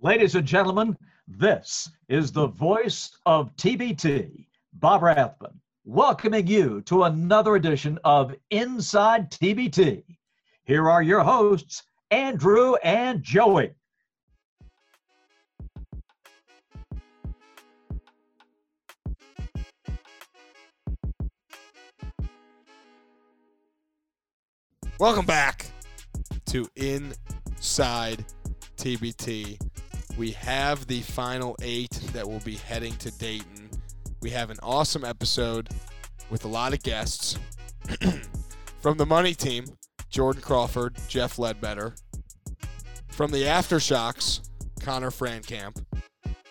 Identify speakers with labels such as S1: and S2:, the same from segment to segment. S1: Ladies and gentlemen, this is the voice of TBT, Bob Rathman, welcoming you to another edition of Inside TBT. Here are your hosts, Andrew and Joey.
S2: Welcome back to Inside TBT. We have the final eight that will be heading to Dayton. We have an awesome episode with a lot of guests from the money team Jordan Crawford, Jeff Ledbetter, from the Aftershocks, Connor Frankamp,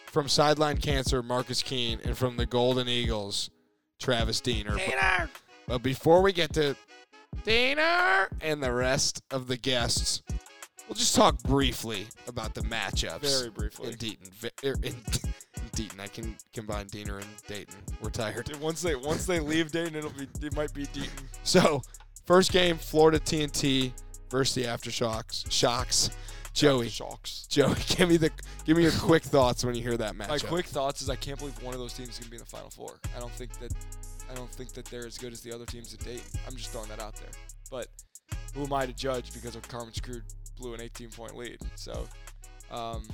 S2: from Sideline Cancer, Marcus Keene, and from the Golden Eagles, Travis Diener. Diener! But before we get to Diener and the rest of the guests, we'll just talk briefly about the matchups.
S3: Very briefly.
S2: In Dayton. ve- er, In, in Dayton. I can combine Diener and Dayton. We're tired.
S3: Dude, once they once they leave Dayton, it'll be it might be Deaton.
S2: So, first game, Florida TNT versus the Aftershocks. Shocks. Joey.
S3: Shocks.
S2: Joey, give me the give me your quick thoughts when you hear that matchup.
S3: My quick thoughts is I can't believe one of those teams is gonna be in the Final Four. I don't think that I don't think that they're as good as the other teams at Dayton. I'm just throwing that out there. But who am I to judge because of Carmen Screwed blew an 18 point lead? So, um,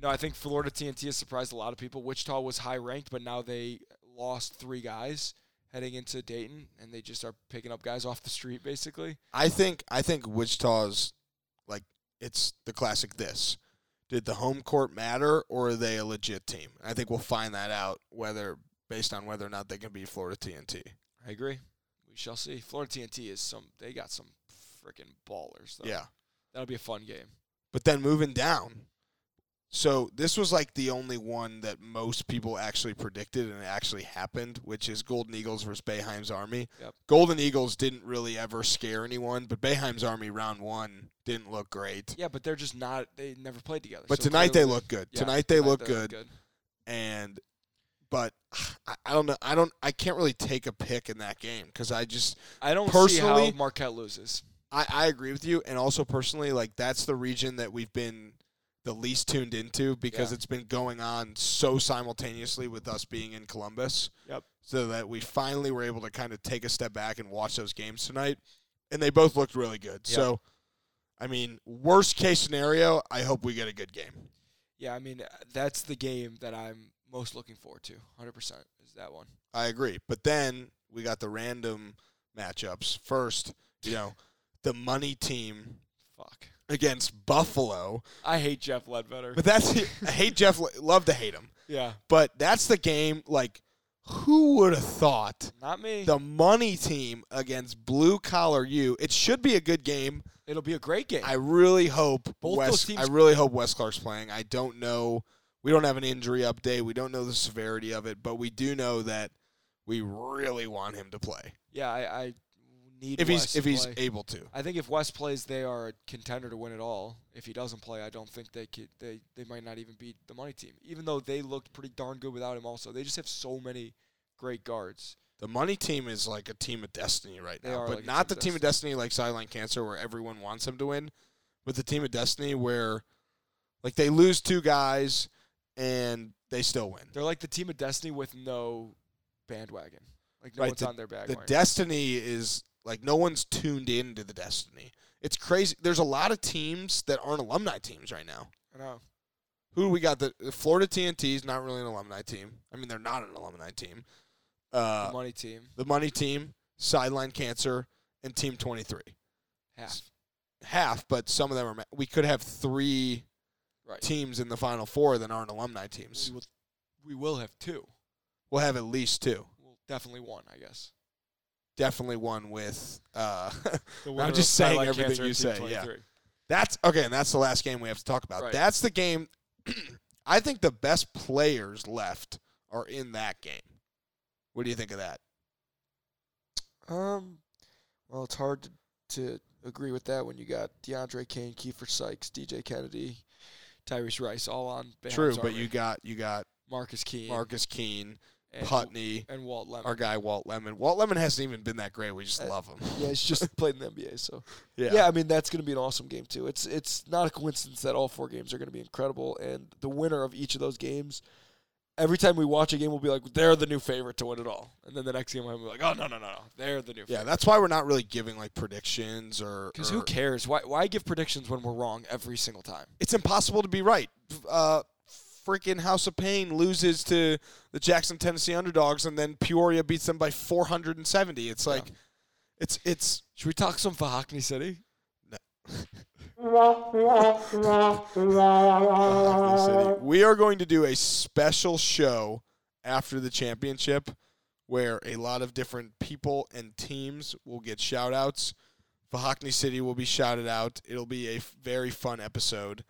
S3: no, I think Florida TNT has surprised a lot of people. Wichita was high ranked, but now they lost three guys heading into Dayton, and they just are picking up guys off the street basically.
S2: I think I think Wichita's like it's the classic this. Did the home court matter or are they a legit team? I think we'll find that out whether based on whether or not they can beat Florida TNT.
S3: I agree. We shall see. Florida TNT is some. They got some freaking ballers. Though.
S2: Yeah.
S3: that'll be a fun game.
S2: But then moving down. So this was like the only one that most people actually predicted and it actually happened, which is Golden Eagles versus Bayheim's Army.
S3: Yep.
S2: Golden Eagles didn't really ever scare anyone, but Bayheim's Army round one didn't look great.
S3: Yeah, but they're just not. They never played together.
S2: But
S3: so
S2: tonight they
S3: clearly-
S2: look good.
S3: Yeah,
S2: tonight they look good.
S3: good.
S2: and but I, I don't know. I don't. I can't really take a pick in that game because I just
S3: I don't see
S2: Personally-
S3: how Marquette loses.
S2: I, I agree with you, and also personally, like that's the region that we've been the least tuned into because
S3: Yeah.
S2: it's been going on so simultaneously with us being in Columbus.
S3: Yep.
S2: So that we finally were able to kind of take a step back and watch those games tonight, and they both looked really good.
S3: Yep.
S2: So, I mean, worst case scenario, I hope we get a good game.
S3: Yeah, I mean that's the game that I'm most looking forward to. 100 percent is that one.
S2: I agree. But then we got the random matchups. First, you know, the money team
S3: Fuck.
S2: against Buffalo.
S3: I hate Jeff Ledbetter.
S2: But that's I hate Jeff. Lo- Love to hate him.
S3: yeah,
S2: But that's the game. Like, who would have thought
S3: not me.
S2: the money team against blue collar U? It should be a good game.
S3: It'll be a great game.
S2: I really hope
S3: Both
S2: Wes.
S3: those teams-
S2: I really hope Wes Clark's playing. I don't know. We don't have an injury update. We don't know the severity of it, but we do know that we really want him to play.
S3: yeah, I, I need
S2: if
S3: Wes
S2: he's
S3: to
S2: if he's
S3: play.
S2: able to.
S3: I think if West plays, they are a contender to win it all. If he doesn't play, I don't think they could. They they might not even beat the money team, even though they looked pretty darn good without him. Also, they just have so many great guards.
S2: The money team is like a team of destiny right
S3: They
S2: now,
S3: are
S2: but
S3: like a
S2: not
S3: team
S2: the
S3: of
S2: team of destiny like Sideline Cancer where everyone wants them to win, but the team of destiny where like they lose two guys and they still win.
S3: They're like the team of destiny with no bandwagon. Like no
S2: Right,
S3: one's on their back.
S2: The
S3: right now.
S2: destiny is like no one's tuned in to the destiny. It's crazy. There's a lot of teams that aren't alumni teams right now.
S3: I know.
S2: Who do we got? The the Florida TNT is not really an alumni team. I mean, they're not an alumni team. Uh,
S3: the money team
S2: the money team, sideline cancer, and team 23.
S3: half.
S2: Half, but some of them are. ma- We could have three
S3: Right.
S2: teams in the final four that aren't alumni teams.
S3: We will, we will have two.
S2: We'll have at least two.
S3: We'll definitely one, I guess.
S2: Definitely one with. Uh,
S3: The
S2: winner just of saying Sideline everything Cancer you and Team say, yeah. that's okay, and that's the last game we have to talk about.
S3: Right.
S2: That's the game. I think the best players left are in that game. What do you think of that?
S3: Um, well, it's hard to, to agree with that when you got DeAndre Kane, Kiefer Sykes, DJ Kennedy, Tyrese Rice, all on. Bam's
S2: True, but
S3: Army.
S2: you got you got
S3: Marcus Keen,
S2: Marcus Keene
S3: and,
S2: Putney,
S3: and Walt Lemon.
S2: our guy Walt Lemon. Walt Lemon hasn't even been that great. We just
S3: Uh,
S2: love him.
S3: yeah, he's just played in the NBA. So
S2: Yeah.
S3: yeah. I mean that's going to be an awesome game too. It's it's not a coincidence that all four games are going to be incredible, and the winner of each of those games, every time we watch a game, we'll be like, they're the new favorite to win it all, and then the next game, we'll be like, oh no no no no, they're the new
S2: Yeah, Er.
S3: favorite.
S2: that's why we're not really giving like predictions or
S3: Because
S2: or-
S3: who cares? Why why give predictions when we're wrong every single time?
S2: it's impossible to be right. Uh, freaking House of Pain loses to the Jackson, Tennessee underdogs, and then Peoria beats them by 470. It's like, it's it's
S3: Should we talk some Fahakney City?
S2: Oklahoma
S3: Uh,
S2: City. We are going to do a special show after the championship where a lot of different people and teams will get shout outs. Vahakni City will be shouted out. It'll be a f- very fun episode.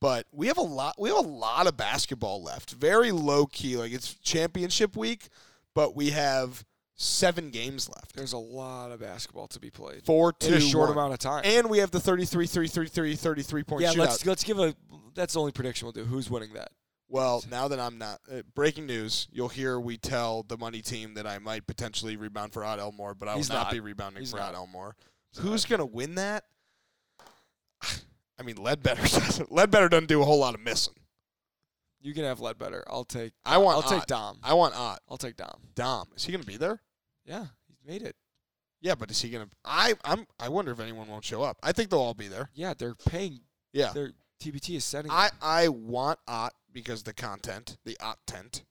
S2: But we have a lot we have a lot of basketball left. Very low key. Like it's championship week, but we have seven games left.
S3: There's a lot of basketball to be played
S2: Four
S3: in
S2: to
S3: a short
S2: one.
S3: amount of time.
S2: And we have the 33 3 3 3 33 point
S3: yeah,
S2: shootout.
S3: let's let's give a. That's the only prediction we'll do. Who's winning that?
S2: Well, now that I'm not uh, breaking news, you'll hear we tell the money team that I might potentially rebound for Odd Elmore, but I
S3: He's
S2: will not,
S3: not.
S2: be rebounding
S3: He's
S2: for
S3: not.
S2: Odd Elmore. Who's gonna win that? I mean, Ledbetter doesn't. Ledbetter doesn't do a whole lot of missing.
S3: You can have Ledbetter. I'll take.
S2: I want.
S3: I'll take
S2: Ott.
S3: Dom.
S2: Uh, I want Ott.
S3: I'll take Dom.
S2: Dom. Is he gonna be there?
S3: Yeah, he's made it.
S2: Yeah, but is he gonna? I I'm. I wonder if anyone won't show up. I think they'll all be there.
S3: Yeah, they're paying.
S2: Yeah.
S3: Their TBT is setting.
S2: I I want Ott because the content, the Ott tent,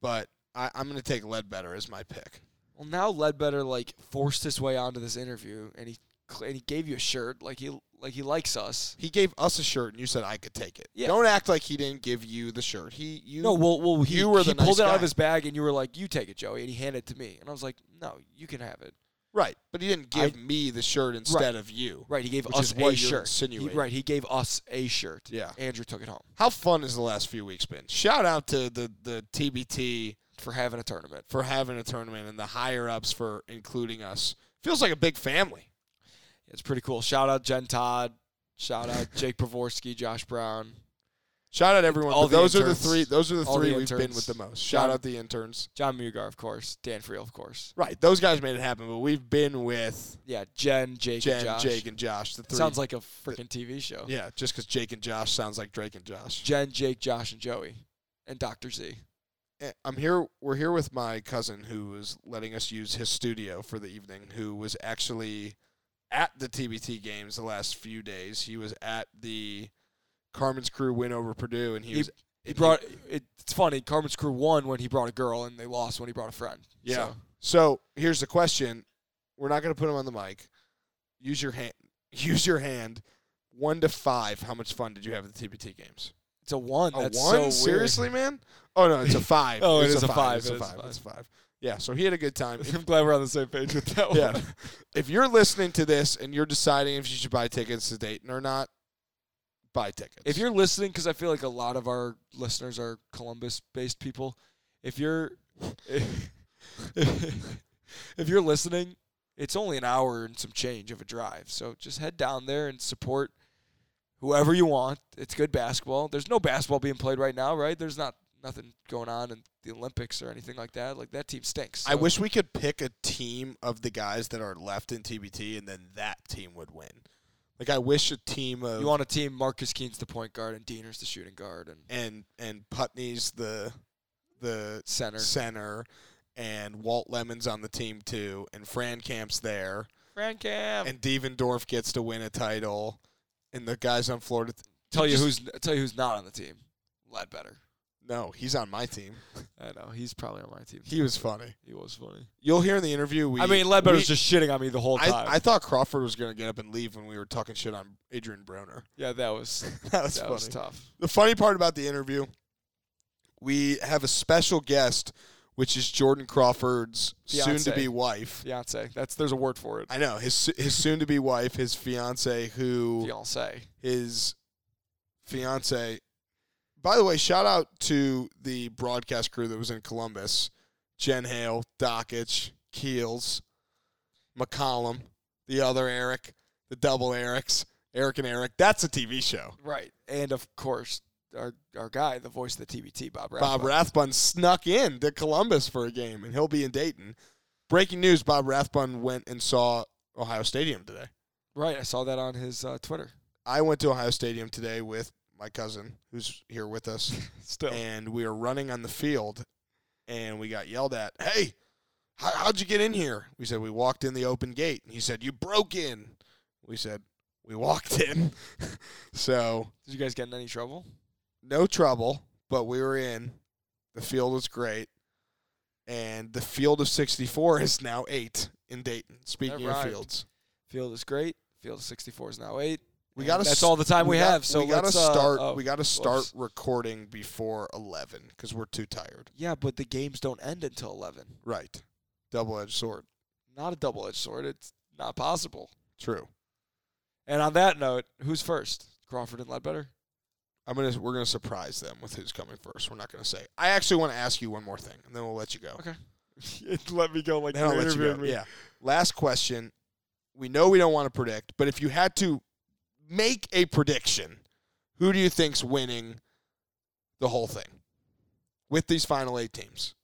S2: but I, I'm gonna take Ledbetter as my pick.
S3: well, now Ledbetter like forced his way onto this interview, and he cl- and he gave you a shirt, like he like he likes us.
S2: He gave us a shirt, and you said I could take it.
S3: Yeah.
S2: Don't act like he didn't give you the shirt. He, you,
S3: No, well, well, he,
S2: you were
S3: he
S2: the nice
S3: pulled it out
S2: guy.
S3: of his bag, and you were like, "You take it, Joey," and he handed it to me, and I was like, "No, you can have it."
S2: right, but he didn't
S3: I-
S2: give me the shirt instead of you.
S3: Right, he gave
S2: Which
S3: us
S2: is what
S3: a
S2: you're
S3: shirt. He,
S2: insinuating.
S3: right, he gave us a shirt.
S2: Yeah.
S3: Andrew took it home
S2: How fun has the last few weeks been? Shout out to the the TBT
S3: for having a tournament.
S2: for having a tournament and the higher ups for including us. Feels like a big family.
S3: It's pretty cool. Shout out Jen Todd. Shout out Jake Pravorsky, Josh Brown,
S2: Shout out everyone.
S3: All
S2: but
S3: the
S2: those are the
S3: interns.
S2: three. Those are the
S3: All
S2: three
S3: the
S2: we've been
S3: interns.
S2: with the most.
S3: Shout
S2: Shout
S3: out-
S2: out the interns.
S3: John Mugar, of course, Dan Friel, of course.
S2: Right, those guys made it happen, but we've been with
S3: Yeah, Jen, Jake,
S2: Jen,
S3: and Josh.
S2: Jake, and Josh. The three.
S3: Sounds like a freaking TV show.
S2: yeah, just because Jake and Josh sounds like Drake and Josh.
S3: Jen, Jake, Josh, and Joey, and Doctor Z.
S2: eh, I'm here. We're here with my cousin who is letting us use his studio for the evening. Who was actually at the TBT games the last few days. He was at the Carmen's crew win over Purdue, and he,
S3: He-
S2: was.
S3: He brought. It, it's funny. Carmen's crew won when he brought a girl, and they lost when he brought a friend.
S2: Yeah.
S3: So,
S2: So here's the question: We're not going to put him on the mic. Use your hand. Use your hand. One to five. How much fun did you have at the TBT games?
S3: it's a one.
S2: A
S3: That's
S2: one?
S3: so weird.
S2: Seriously, man? Oh no, it's a five.
S3: Oh, it
S2: it's
S3: is a five.
S2: It's
S3: It
S2: a
S3: is a
S2: five.
S3: five.
S2: It's a five. Yeah. So he had a good time.
S3: I'm glad we're on the same page with that one.
S2: yeah. If you're listening to this and you're deciding if you should buy tickets to Dayton or not, buy tickets.
S3: If you're listening, because I feel like a lot of our listeners are Columbus-based people. If you're, if you're listening, it's only an hour and some change of a drive. So just head down there and support whoever you want. It's good basketball. There's no basketball being played right now, right? There's not nothing going on in the Olympics or anything like that. Like that team stinks.
S2: I
S3: So
S2: wish we could pick a team of the guys that are left in TBT, and then that team would win. Like I wish a team of
S3: you want a team. Marcus Keen's the point guard and Diener's the shooting guard and
S2: and and Putney's the the
S3: center.
S2: center, and Walt Lemon's on the team too, and Fran Camp's there,
S3: Frank Cam.
S2: and Devendorf gets to win a title, and the guys on Florida.
S3: Tell you
S2: Just-
S3: who's tell you who's not on the team. Ledbetter.
S2: No, he's on my team.
S3: I know he's probably on my team.
S2: He was funny.
S3: He was funny.
S2: You'll hear in the interview. We
S3: I mean, Ledbetter's
S2: we-
S3: just shitting on me the whole time.
S2: I, I thought Crawford was going to get up and leave when we were talking shit on Adrian Broner.
S3: yeah, that was
S2: That was
S3: that
S2: funny.
S3: was tough.
S2: the funny part about the interview, we have a special guest, which is Jordan Crawford's soon-to-be
S3: Fiancé.
S2: wife.
S3: Fiance, that's there's a word for it.
S2: I know his his soon-to-be wife, his fiance, who
S3: Fiance.
S2: his fiance. By the way, shout out to the broadcast crew that was in Columbus: Jen Hale, Dockich, Keels, McCollum, the other Eric, the double Erics, Eric and Eric. That's a TV show.
S3: Right, and of course our our guy, the voice of the TBT, Bob Rathbun.
S2: Bob Rathbun snuck in to Columbus for a game, and he'll be in Dayton. Breaking news: Bob Rathbun went and saw Ohio Stadium today.
S3: Right, I saw that on his uh, Twitter.
S2: I went to Ohio Stadium today with my cousin, who's here with us,
S3: Still,
S2: and we were running on the field, and we got yelled at. Hey, how, how'd you get in here? We said we walked in the open gate, and he said you broke in. We said we walked in, so
S3: did you guys get in any trouble?
S2: no trouble, but we were in. The field was great. And the field of 64 is now eight in Dayton. Speaking of
S3: right.
S2: fields,
S3: Field is great. Field of 64 is now eight.
S2: we
S3: And
S2: got to
S3: That's all the time we, have. So
S2: we got to
S3: let's, uh,
S2: start.
S3: oh,
S2: we got to start
S3: whoops.
S2: recording before 11 because we're too tired.
S3: Yeah, but the games don't end until 11.
S2: Right, double-edged sword.
S3: Not a double-edged sword. It's not possible.
S2: True.
S3: And on that note, who's first? Crawford and Ledbetter.
S2: I'm gonna. We're gonna surprise them with who's coming first. We're not gonna say. I actually want to ask you one more thing, and then we'll let you go.
S3: let me go like
S2: Then I'll let you go. Yeah. Last question. We know we don't want to predict, but if you had to make a prediction, who do you think's winning the whole thing with these final eight teams?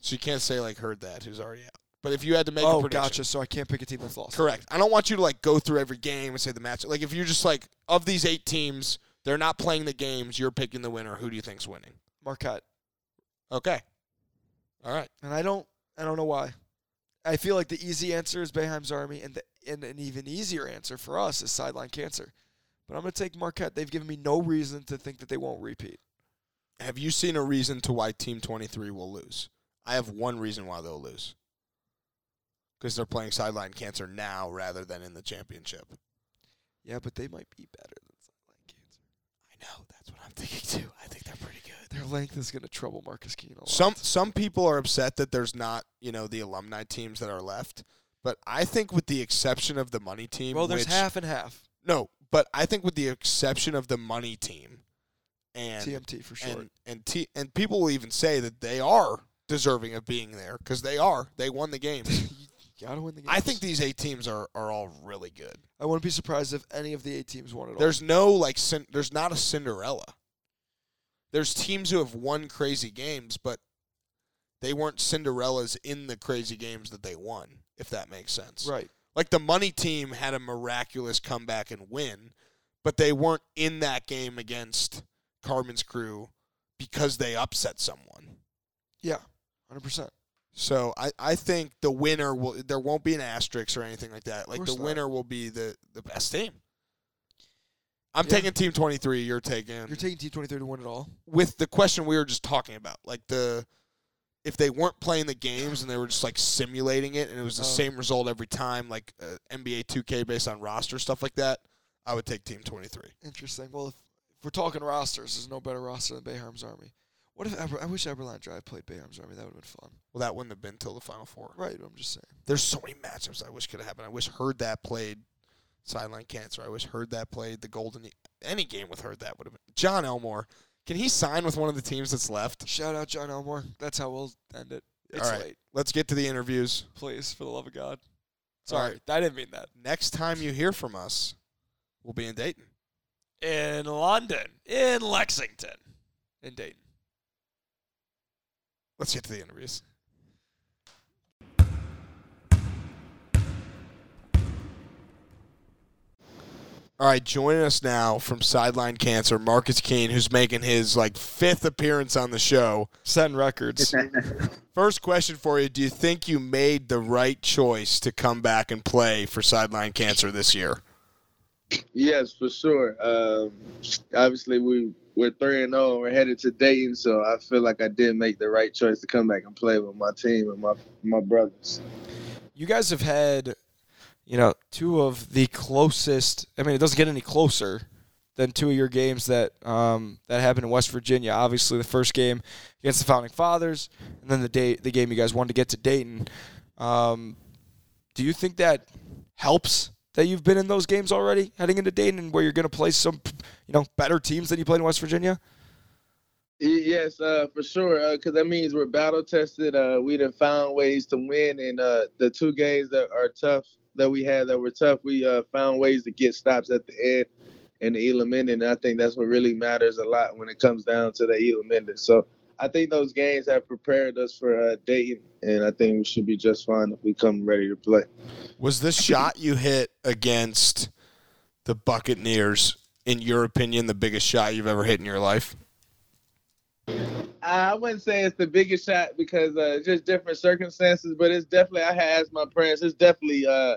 S2: So you can't say like heard that who's already out. But if you had to make a
S3: oh,
S2: prediction,
S3: gotcha. So I can't pick a team that's lost.
S2: correct. I don't want you to like go through every game and say the match. Like if you're just like of these eight teams, they're not playing the games. You're picking the winner. Who do you think's winning?
S3: Marquette.
S2: Okay. All right.
S3: And I don't I don't know why. I feel like the easy answer is Bayheim's Army, and, the, and an even easier answer for us is Sideline Cancer. But I'm going to take Marquette. They've given me no reason to think that they won't repeat.
S2: Have you seen a reason to why Team 23 will lose? I have one reason why they'll lose. Because they're playing sideline cancer now rather than in the championship.
S3: Yeah, but they might be better than Sideline Cancer.
S2: I know. That's what I'm thinking too. I think they're pretty good.
S3: Their length is going to trouble Marcus Keene a lot.
S2: Some some people are upset that there's not, you know, the alumni teams that are left. But I think with the exception of the money team,
S3: well, there's
S2: which-
S3: half and half.
S2: No, but I think with the exception of the money team and
S3: TMT for sure.
S2: and and, t- and people will even say that they are deserving of being there because they are. They won the game.
S3: you gotta win the game.
S2: I think these eight teams are, are all really good.
S3: I wouldn't be surprised if any of the eight teams won it all.
S2: There's no like cin- there's not a Cinderella. There's teams who have won crazy games, but they weren't Cinderellas in the crazy games that they won. If that makes sense,
S3: right.
S2: like the money team had a miraculous comeback and win, but they weren't in that game against Carmen's crew because they upset someone.
S3: Yeah, hundred percent.
S2: So I, I think the winner will there won't be an asterisk or anything like that. Like
S3: course
S2: the
S3: not.
S2: winner will be the, the best team. I'm
S3: Yeah.
S2: taking team 23. You're taking
S3: You're taking T twenty three to win it all.
S2: with the question we were just talking about. Like the if they weren't playing the games and they were just like simulating it and it was the
S3: Oh.
S2: same result every time, like uh, NBA 2K based on roster stuff like that, I would take team 23.
S3: Interesting. Well, if, if we're talking rosters, there's no better roster than Bayham's Army. What if Eber, I wish Eberline Drive played Bayham's Army? That would have been fun.
S2: Well, that wouldn't have been till the final four.
S3: Right. I'm just saying.
S2: There's so many matchups I wish could have happened. I wish Heard that played sideline cancer. I wish Heard that played the Golden. E- Any game with Heard that would have been John Elmore. Can he sign with one of the teams that's left?
S3: Shout out John Elmore. That's how we'll end it. It's
S2: All right.
S3: late.
S2: Let's get to the interviews.
S3: Please, for the love of
S2: All
S3: God. Sorry, I didn't mean that.
S2: Next time you hear from us, we'll be in Dayton.
S3: In London, in Lexington, in Dayton.
S2: Let's get to the interviews. All right, joining us now from Sideline Cancer, Marcus Keene, who's making his like fifth appearance on the show.
S3: Setting records.
S2: First question for you: Do you think you made the right choice to come back and play for Sideline Cancer this year?
S4: Yes, for sure. Um, obviously, we we're three and zero. We're headed to Dayton, so I feel like I did make the right choice to come back and play with my team and my my brothers.
S3: you guys have had, you know, two of the closest. I mean, it doesn't get any closer than two of your games that um, that happened in West Virginia. Obviously, the first game against the Founding Fathers, and then the day the game you guys wanted to get to Dayton. Um, do you think that helps that you've been in those games already, heading into Dayton, and where you're going to play some, you know, better teams than you played in West Virginia?
S4: Y- Yes, uh, for sure. Because that means we're battle tested. Uh, we done found ways to win, and uh, the two games that are tough that we had that were tough, we uh, found ways to get stops at the end.
S5: and the Elam Ending. And I think that's what really matters a lot when it comes down to the Elam Ending. So I think those games have prepared us for uh, Dayton, and I think we should be just fine if we come ready to play.
S2: Was this shot you hit against the Buccaneers, in your opinion, the biggest shot you've ever hit in your life?
S5: I wouldn't say it's the biggest shot because uh, it's just different circumstances, but it's definitely I had asked my parents. It's definitely uh,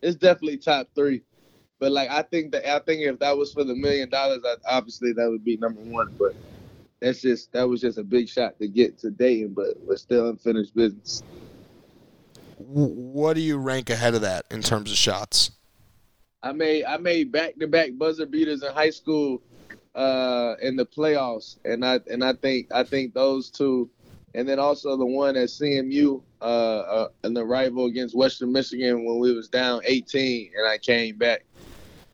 S5: it's definitely top three. But like I think that I think if that was for the million dollars, I, obviously that would be number one. But that's just that was just a big shot to get to Dayton, but we're still unfinished business.
S2: W- What do you rank ahead of that in terms of shots?
S5: I made I made back to back buzzer beaters in high school uh in the playoffs and I and I think I think those two and then also the one at CMU uh, uh in the rival against Western Michigan when we was down 18 and I came back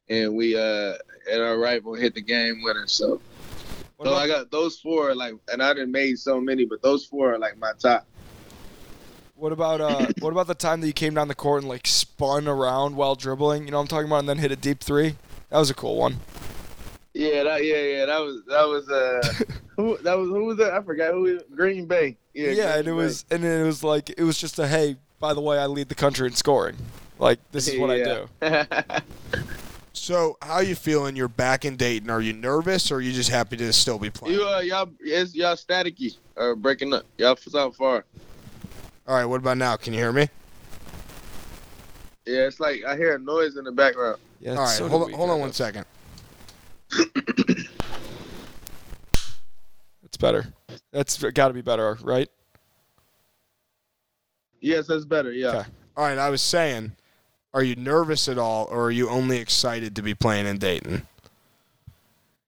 S5: and we uh and our rival hit the game winner so
S3: What
S5: so
S3: about-
S5: I got those four are like and I didn't made so many but those four are like my top
S3: What about uh, what about the time that you came down the court and like spun around while dribbling? You know what I'm talking about, and then hit a deep three. That was a cool one.
S5: Yeah, that yeah, yeah. That was that was uh who that was who was that? I forgot who it- Green Bay. Yeah,
S3: Yeah, and it
S5: Green
S3: was and it was like it was just a hey, by the way, I lead the country in scoring. Like this is what I
S5: Yeah.
S3: do.
S5: Bay.
S2: So, how you feeling? You're back in Dayton. Are you nervous, or are you just happy to still be playing?
S5: you uh y'all it's y'all staticky or breaking up. Y'all sound far.
S2: All right. What about now? Can you hear me?
S5: Yeah, it's like I hear a noise in the background.
S3: Yeah.
S2: All right.
S3: so did
S2: hold on.
S3: we,
S2: Hold on
S3: kind
S2: one
S3: of.
S2: second.
S3: It's better. That's got to be better, right?
S5: Yes, that's better. Yeah.
S3: Okay.
S2: All right. I was saying, are you nervous at all, or are you only excited to be playing in Dayton?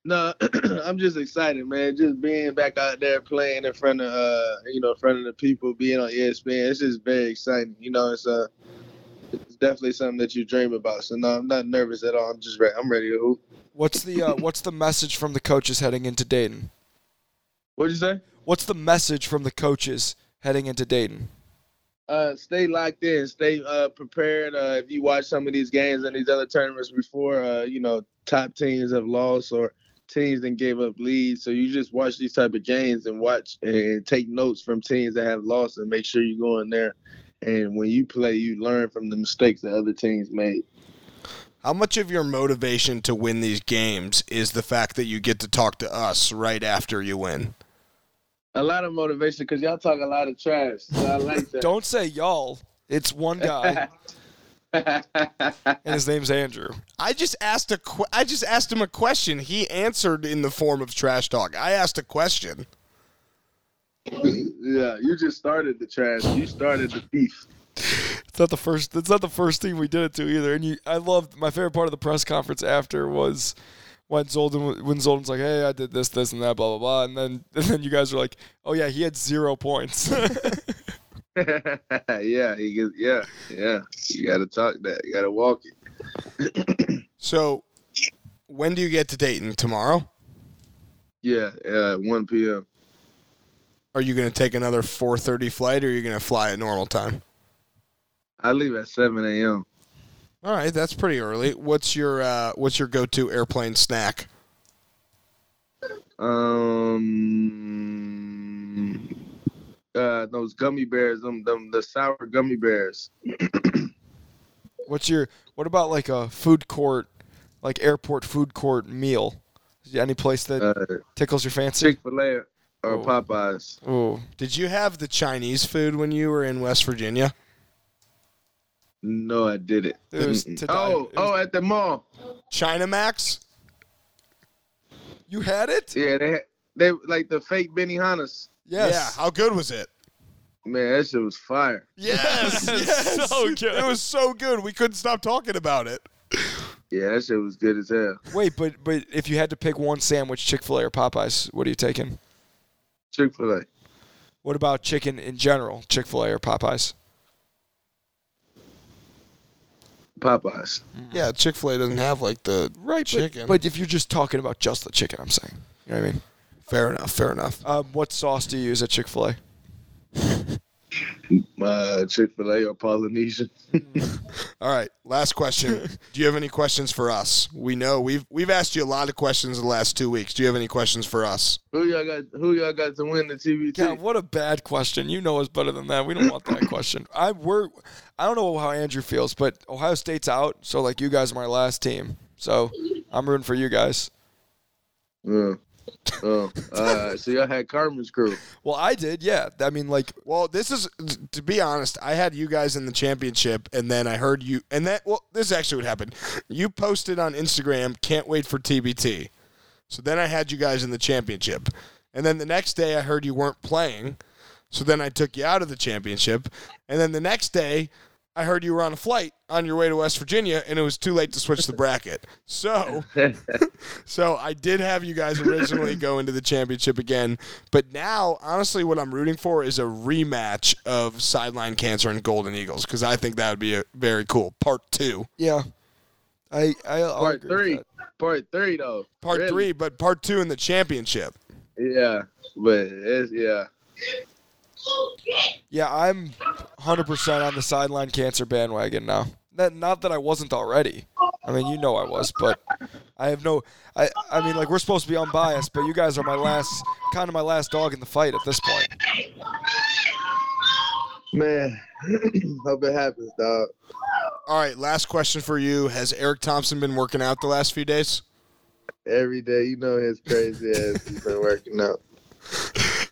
S5: No, I'm just excited, man. Just being back out there playing in front of uh, you know, in front of the people, being on E ESPN. It's just very exciting. You know, it's uh it's definitely something that you dream about. So no, I'm not nervous at all. I'm just ready. I'm ready to hoop.
S3: What's the uh, what's the message from the coaches heading into Dayton?
S5: What'd you say?
S3: What's the message from the coaches heading into Dayton?
S5: uh, stay locked in, stay uh, prepared. Uh, if you watch some of these games and these other tournaments before, uh, you know, top teams have lost or teams that gave up leads. So you just watch these type of games and watch and take notes from teams that have lost and make sure you go in there. And when you play, you learn from the mistakes that other teams made.
S2: How much of your motivation to win these games is the fact that you get to talk to us right after you win?
S5: A lot of motivation because y'all talk a lot of trash. So I like that.
S3: Don't say y'all. It's one guy, and his name's Andrew.
S2: I just asked a que- I just asked him a question. He answered in the form of trash talk. I asked a question.
S5: yeah, you just started the trash. You started the beef.
S3: It's not the first. It's not the first team we did it to either. And you, I loved my favorite part of the press conference after was when Zolden when Zolden's like, "Hey, I did this, this, and that, blah, blah, blah," and then and then you guys were like, "Oh yeah, he had zero points."
S5: yeah, he gets, yeah, yeah. You gotta talk that. You gotta walk it.
S2: So, when do you get to Dayton tomorrow?
S5: Yeah, uh, 1 p.m.
S2: Are you going to take another 4:30 flight, or are you going to fly at normal time?
S5: I leave at 7 a.m.
S2: All right, that's pretty early. What's your uh, What's your go-to airplane snack?
S5: Um, uh, those gummy bears, them, them, the sour gummy bears.
S3: What's your what about like a food court, like airport food court meal? Is there Any place that
S5: Uh,
S3: tickles your fancy?
S5: Chick Fil A or
S3: Oh.
S5: Popeyes.
S3: Oh,
S2: Did you have the Chinese food when you were in West Virginia?
S5: No, I did it.
S3: It was
S5: Mm-mm.
S3: to die.
S5: oh,
S3: It was-
S5: oh, at the mall.
S2: China Max?
S3: you had it?
S5: Yeah, they had- they like the fake Benihana's.
S3: Yes.
S2: Yeah. How good was it?
S5: Man, that shit was fire.
S2: Yes. yes.
S3: So good.
S2: It was so good. We couldn't stop talking about it.
S5: Yeah, that shit was good as hell.
S3: Wait, but but if you had to pick one sandwich, Chick Fil A or Popeyes, what are you taking?
S5: Chick Fil A.
S3: What about chicken in general? Chick Fil A or Popeyes?
S5: Popeyes.
S2: Yeah, Chick Fil A doesn't have like the
S3: Right,
S2: Chicken.
S3: But, but if you're just talking about just the chicken, I'm saying. You know what I mean?
S2: Fair enough. Fair enough.
S3: Um, what sauce do you use at Chick Fil A?
S4: uh, Chick Fil A or Polynesian.
S2: All right, last question. Do you have any questions for us? We know we've we've asked you a lot of questions in the last two weeks. Do you have any questions for us?
S4: Who y'all got? Who y'all got to win the TBT?
S3: God, what a bad question. You know us better than that. We don't want that question. I we're I don't know how Andrew feels, but Ohio State's out, so like you guys are my last team. So I'm rooting for you guys.
S4: Yeah. Oh, uh, so y'all had Carmen's crew.
S3: Well, I did, yeah. I mean, like,
S2: Well, this is to be honest. I had you guys in the championship, and then I heard you, and that well, this is actually what happened. You posted on Instagram, "Can't wait for TBT." So then I had you guys in the championship, and then the next day I heard you weren't playing. So then I took you out of the championship, and then the next day I heard you were on a flight on your way to West Virginia, and it was too late to switch the bracket. So. So I did have you guys originally go into the championship again, but now honestly, what I'm rooting for is a rematch of Sideline Cancer and Golden Eagles because I think that would be a very cool part two,
S3: yeah. I I I'll
S4: part
S3: agree with
S4: three.
S3: that.
S4: Part three, though.
S2: part
S4: Really?
S2: three, but part two in the championship.
S4: Yeah, but it's yeah.
S3: Yeah, I'm 100% on the sideline cancer bandwagon now. Not, not that I wasn't already. I mean, you know I was, but I have no. I, I mean, like, we're supposed to be unbiased, but you guys are my last, kind of my last dog in the fight at this point.
S4: Man, hope it happens, dog.
S2: All right, last question for you: Has Eric Thompson been working out the last few days?
S4: Every day, you know his crazy ass. He's been working out.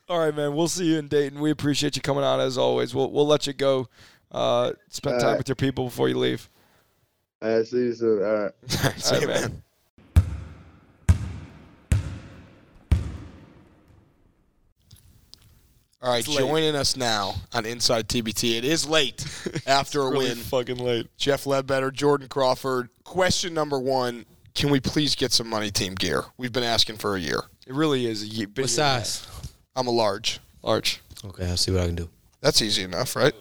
S3: All right, man. We'll see you in Dayton. We appreciate you coming on as always. We'll, we'll let you go. Uh, spend time
S4: Alright.
S3: with your people before you leave.
S4: I see you soon. All right.
S2: All right, see
S3: All right,
S2: you,
S3: man.
S2: man. All right,
S3: It's late.
S2: joining us now on Inside TBT. It is late after a win.
S3: fucking late.
S2: Jeff Ledbetter, Jordan Crawford. Question number one: Can we please get some money team gear? We've been asking for a year.
S3: It really is. A ye- big
S6: What
S3: year and a half.
S6: size?
S2: I'm a large.
S3: Large.
S6: Okay, I'll see what I can do.
S2: That's easy enough, right?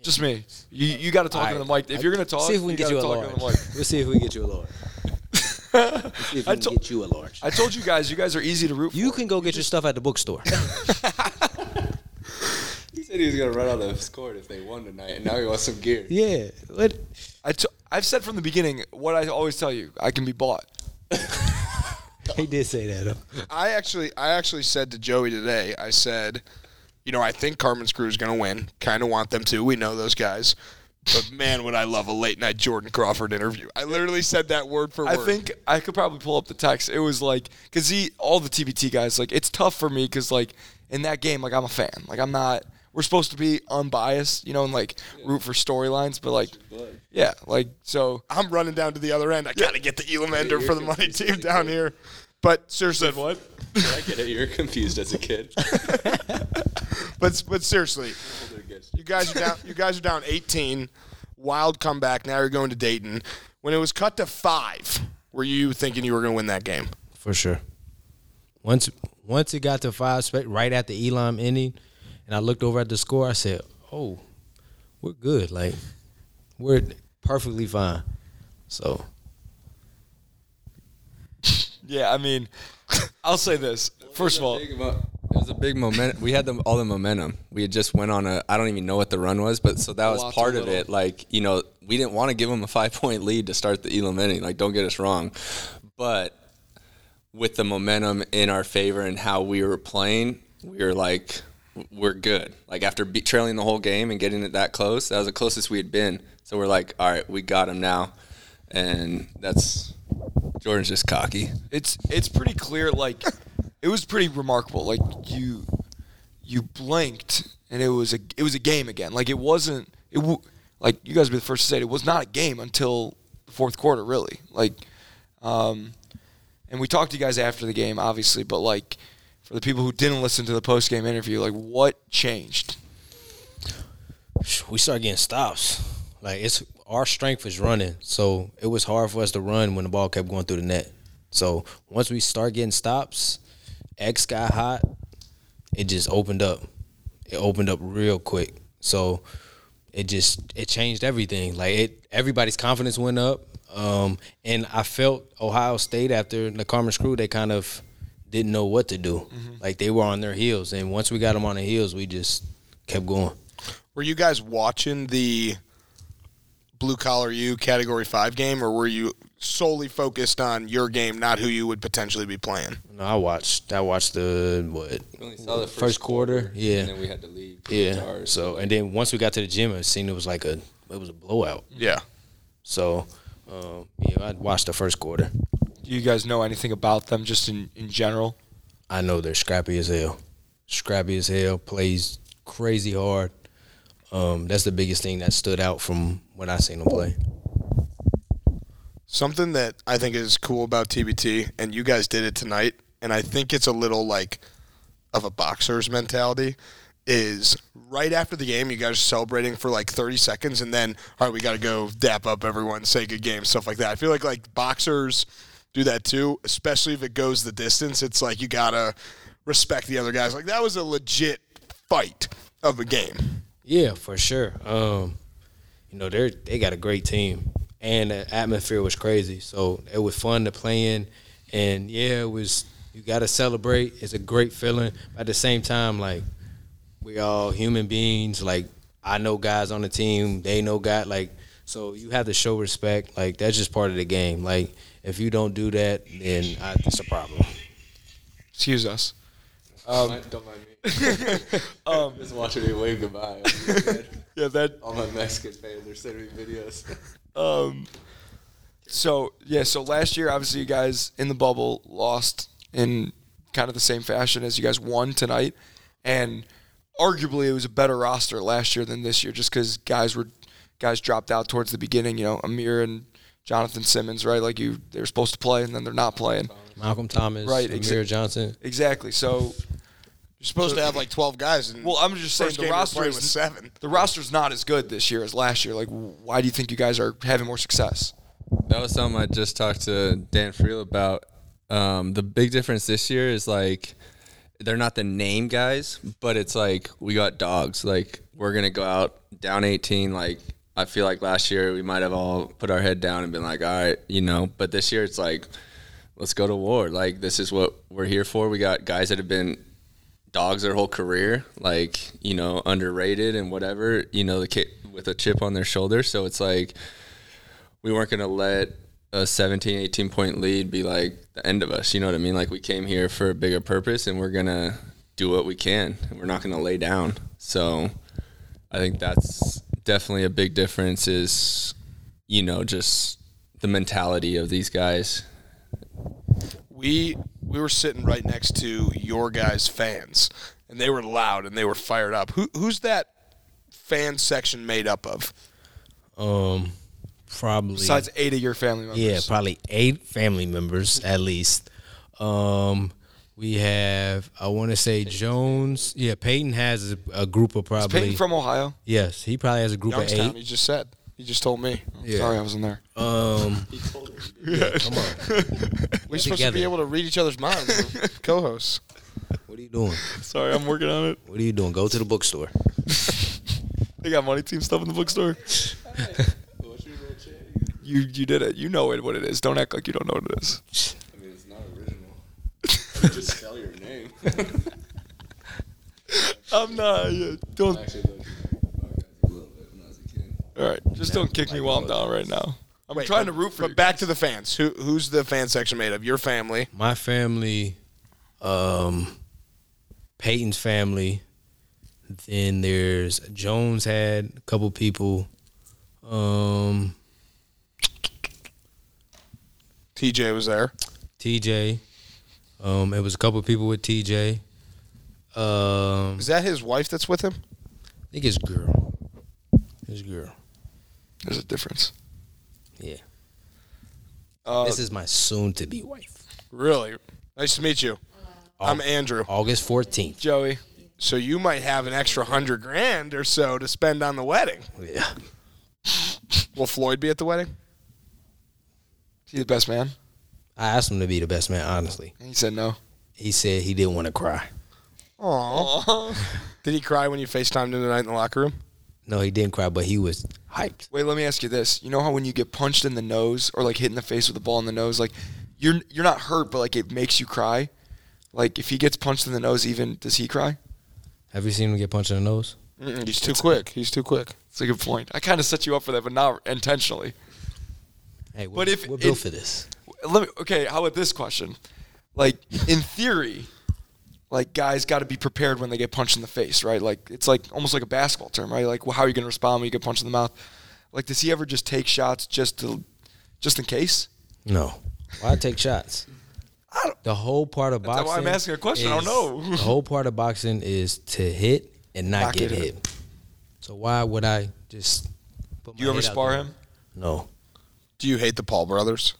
S3: Just me. You you got to talk
S6: Alright.
S3: into the mic. If you're gonna talk,
S6: see if we
S3: you
S6: can get
S3: gotta
S6: you a
S3: talk
S6: large.
S3: into the
S6: We'll
S3: mic.
S6: see if we can get you a large. See if we
S3: I
S6: can
S3: told-
S6: get you a large.
S3: I told you guys, you guys are easy to root for.
S6: You can go get your stuff at the bookstore.
S7: He said he was gonna run out of score if they won tonight, and now he wants some gear.
S6: yeah. What?
S3: I t- I've said from the beginning what I always tell you: I can be bought.
S6: He did say that. Though.
S2: I actually, I actually said to Joey today. I said, you know, I think Carmen's crew is going to win. Kind of want them to. We know those guys. But man, would I love a late night Jordan Crawford interview. I literally said that word for
S3: I
S2: word.
S3: think I could probably pull up the text. It was like because he, all the TBT guys, like it's tough for me because like in that game, like I'm a fan. Like I'm not. We're supposed to be unbiased, you know, and like root for storylines, but like, yeah, like so.
S2: I'm running down to the other end. I gotta get the Elam ender for the money team down here. But seriously, what?
S7: I get it. You're confused as a kid.
S2: But but seriously, you guys are down. You guys are down 18. Wild comeback. Now you're going to Dayton. When it was cut to five, were you thinking you were going to win that game?
S6: For sure. Once once it got to five, spe- right after Elam ending, and I looked over at the score, I said, "Oh, we're good. Like we're perfectly fine." So
S3: Yeah, I mean, I'll say this first of all.
S7: Big mo- it was a big moment. We had the, all the momentum. We had just went on a. I don't even know what the run was, but so that was
S3: lot to
S7: part of
S3: little.
S7: it. Like you know, we didn't want to give them a five point lead to start the Elam inning. Like don't get us wrong, but with the momentum in our favor and how we were playing, we were like, we're good. Like after be- trailing the whole game and getting it that close, that was the closest we had been. So we're like, all right, we got him now, and that's Jordan's just cocky.
S3: it's it's pretty clear like it was pretty remarkable like you you blinked and it was a it was a game again like it wasn't it w- like you guys were the first to say it, it was not a game until the fourth quarter really like um and we talked to you guys after the game obviously but like for the people who didn't listen to the post game interview like what changed
S6: we started getting stops. Like it's our strength is running, so it was hard for us to run when the ball kept going through the net. So once we start getting stops, X got hot. It just opened up. It opened up real quick. So it just it changed everything. Like it, everybody's confidence went up. Um, and I felt Ohio State after the Carmen Crew, they kind of didn't know what to do. Like they were on their heels, and once we got them on their heels, we just kept going.
S2: Were you guys watching the blue collar U category five game, or were you solely focused on your game, not who you would potentially be playing?
S6: No, I watched. I watched the what?
S7: We only saw the
S6: first First quarter, quarter, yeah.
S7: And then we had to leave.
S6: Yeah. So and then once we got to the gym, it seemed it was like a it was a blowout.
S2: Yeah.
S6: So um, yeah, I watched the first quarter.
S3: Do you guys know anything about them just in, in general?
S6: I know they're scrappy as hell. Scrappy as hell. Plays crazy hard. Um, that's the biggest thing that stood out from what I seen them play.
S2: Something that I think is cool about TBT, and you guys did it tonight, and I think it's a little like of a boxer's mentality, is right after the game, you guys are celebrating for like 30 seconds, and then, all right, we got to go dap up everyone, say good game, stuff like that. I feel like like boxers do that too, especially if it goes the distance. It's like you got to respect the other guys. Like that was a legit fight of a game.
S6: Yeah, for sure. Um, you know, they they got a great team, and the atmosphere was crazy. So it was fun to play in, and yeah, it was. You got to celebrate. It's a great feeling. But at the same time, like we all human beings. Like I know guys on the team. They know guy. Like so, you have to show respect. Like that's just part of the game. Like if you don't do that, then I, it's a problem.
S3: Excuse us.
S7: don't mind me. um, just watching me wave goodbye.
S3: Yeah, that
S7: All my Mexican fans are sending me videos.
S3: Um, so yeah, so last year, obviously, you guys in the bubble lost in kind of the same fashion as you guys won tonight, and arguably it was a better roster last year than this year, just because guys were guys dropped out towards the beginning. You know, Amir and Jonathan Simmons, right? Like you, they were supposed to play, and then they're not playing.
S6: Malcolm Thomas,
S3: Right,
S6: Amir
S3: exa-
S6: Johnson.
S3: Exactly. So,
S2: You're supposed to have like 12 guys. And
S3: well, I'm just saying
S2: first
S3: the
S2: game you're
S3: roster
S2: playing
S3: is
S2: with seven.
S3: The roster's not as good this year as last year. Like, why do you think you guys are having more success?
S7: That was something I just talked to Dan Friel about. Um, the big difference this year is like they're not the name guys, but it's like we got dogs. Like we're gonna go out down 18. Like I feel like last year we might have all put our head down and been like, all right, you know. But this year it's like let's go to war. Like this is what we're here for. We got guys that have been dogs their whole career, like you know, underrated and whatever. You know, the kid with a chip on their shoulder. So it's like we weren't going to let a 17 18 point lead be like the end of us you know what i mean like we came here for a bigger purpose and we're going to do what we can and we're not going to lay down so i think that's definitely a big difference is you know just the mentality of these guys
S2: we we were sitting right next to your guys' fans, and they were loud and they were fired up. Who who's that fan section made up of?
S6: Um, probably.
S3: Besides eight of your family members.
S6: Yeah, probably eight family members at least. Um, we have, I want to say Jones. Yeah, Peyton has a, a group of probably.
S3: Peyton from Ohio.
S6: yes, he probably has a group of
S2: Youngstown.
S6: eight.
S2: You just said. You just told me.
S6: Yeah.
S3: Sorry, I wasn't there.
S6: Um, yeah, come on,
S2: We're supposed
S6: together.
S2: to be able to read each other's minds, We're co-hosts.
S6: what are you doing?
S3: Sorry, I'm working on it.
S6: What are you doing? Go to the bookstore.
S3: They got money team stuff in the bookstore. you you did it. You know it. What it is. Don't act like you don't know what it is.
S7: i mean it's not original just spell your name
S3: I'm not. yeah, don't. All right. Just don't kick me while I'm down right now. I'm
S2: Wait,
S3: trying
S2: but-
S3: to root for.
S2: But
S3: you
S2: back
S3: guys.
S2: to the fans. Who who's the fan section made of? Your family.
S6: My family, um, Peyton's family. Then there's Jones had a couple people. Um,
S2: TJ was there.
S6: TJ. Um, it was a couple people with TJ. Um,
S2: Is that his wife that's with him?
S6: I think it's girl. It's girl.
S3: There's a difference.
S6: Yeah.
S3: Uh,
S6: this is my soon-to-be wife.
S2: Really? Nice to meet you. I'm Andrew.
S6: August fourteenth.
S3: Joey.
S2: So you might have an extra hundred grand or so to spend on the wedding.
S6: Yeah.
S2: Will Floyd be at the wedding?
S3: Is he the best man?
S6: I asked him to be the best man. Honestly,
S3: And he said no.
S6: he said he didn't want to cry.
S2: Aww. Did he cry when you FaceTimed him tonight in the locker room?
S6: No, he didn't cry, but he was hyped.
S3: Wait, let me ask you this. You know how when you get punched in the nose or like hit in the face with a ball in the nose, like you're you're not hurt, but like it makes you cry. Like if he gets punched in the nose, even does he cry?
S6: Have you seen him get punched in the nose?
S2: He's too quick. He's too quick.
S3: It's a good point. I kind of set you up for that, but not intentionally.
S6: Hey, we're,
S3: But if-
S6: we're built
S3: if-
S6: for this.
S3: Let me. Okay, how about this question? Like in theory, like guys got to be prepared when they get punched in the face, right? Like it's like almost like a basketball term, right? Like well, how are you going to respond when you get punched in the mouth? Like does he ever just take shots just to, just in case?
S6: No. Why take shots? the whole part of
S3: That's
S6: boxing.
S3: why I'm asking a question. I don't
S6: is-
S3: know.
S6: the whole part of boxing is to hit and not,
S3: Not
S6: get
S3: get
S6: hit. So why would I just? Put
S3: Do you
S6: my
S3: ever
S6: head out
S3: spar
S6: there?
S3: him?
S6: No,
S2: Do you hate the Paul brothers?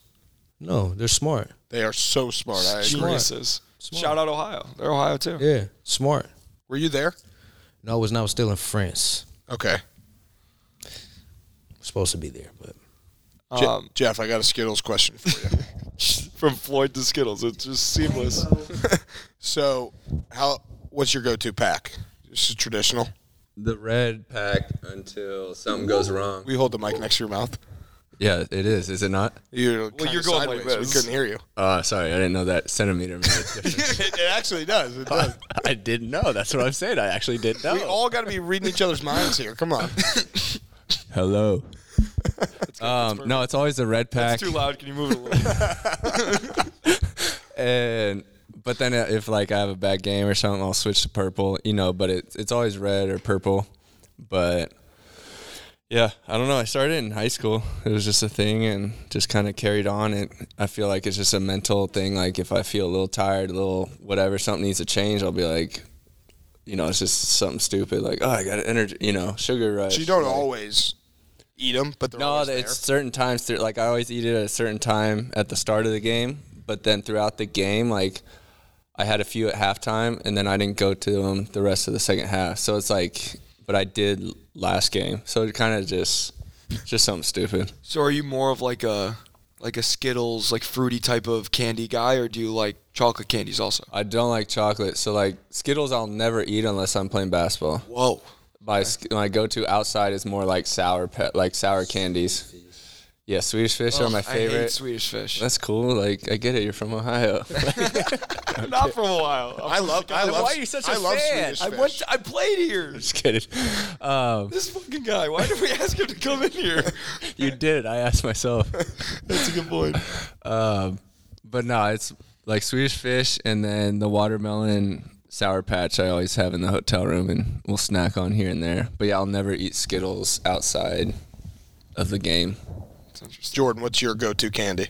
S6: no. They're smart.
S2: They are so smart. I agree.
S3: Geniuses.
S6: Smart.
S3: Shout out Ohio. They're Ohio too.
S6: Yeah, smart.
S2: Were you there?
S6: No, I was not still in France.
S2: Okay.
S6: supposed to be there, but
S2: Je-
S3: Um,
S2: Jeff, I got a Skittles question for you.
S3: from Floyd to Skittles, it's just seamless.
S2: so, how? What's your go-to pack? This is traditional.
S7: The red pack until something goes wrong.
S2: We hold the mic next to your mouth.
S7: Yeah, it is. Is it not?
S2: You're well,
S3: you're going like
S2: We
S3: this.
S2: couldn't hear you.
S7: Uh, sorry, I didn't know that centimeter made a difference.
S2: it, it actually does. It does.
S7: I didn't know. That's what I'm saying. I actually did know.
S2: We all got to be reading each other's minds here. Come on.
S7: Hello. um, no, it's always the red pack.
S3: Too loud. Can you move it a little?
S7: and but then if like I have a bad game or something, I'll switch to purple. You know, but it's it's always red or purple. But yeah, I don't know. I started in high school. It was just a thing, and just kind of carried on. It I feel like it's just a mental thing. Like if I feel a little tired, a little whatever, something needs to change. I'll be like, you know, it's just something stupid. Like oh, I got an energy. You know, sugar rush.
S2: So you don't
S7: like-
S2: always eat them, but they're
S7: no,
S2: always
S7: it's
S2: there.
S7: certain times. Through, like I always eat it at a certain time at the start of the game, but then throughout the game, like I had a few at halftime, and then I didn't go to them the rest of the second half. So it's like, but I did last game. So it kind of just, just something stupid.
S3: so are you more of like a like a Skittles like fruity type of candy guy, or do you like chocolate candies also?
S7: I don't like chocolate, so like Skittles, I'll never eat unless I'm playing basketball.
S3: Whoa.
S7: My sk- my go-to outside is more like sour pet, like sour candies. Yeah, Swedish fish are
S3: Ugh,
S7: my
S3: I
S7: favorite.
S3: hate Swedish fish.
S7: That's cool. Like I get it. You're from Ohio.
S3: Not for a while.
S2: I love. I love. I love Swedish
S3: I
S2: fish.
S3: went. I played here.
S7: Just kidding. Um,
S3: This fucking guy. Why did we ask him to come in here?
S7: you did. I asked myself.
S3: That's a good point.
S7: Um, but no, it's like Swedish fish and then the watermelon sour patch I always have in the hotel room and we'll snack on here and there. But yeah, I'll never eat Skittles outside of the game.
S2: Jordan, what's your go-to candy?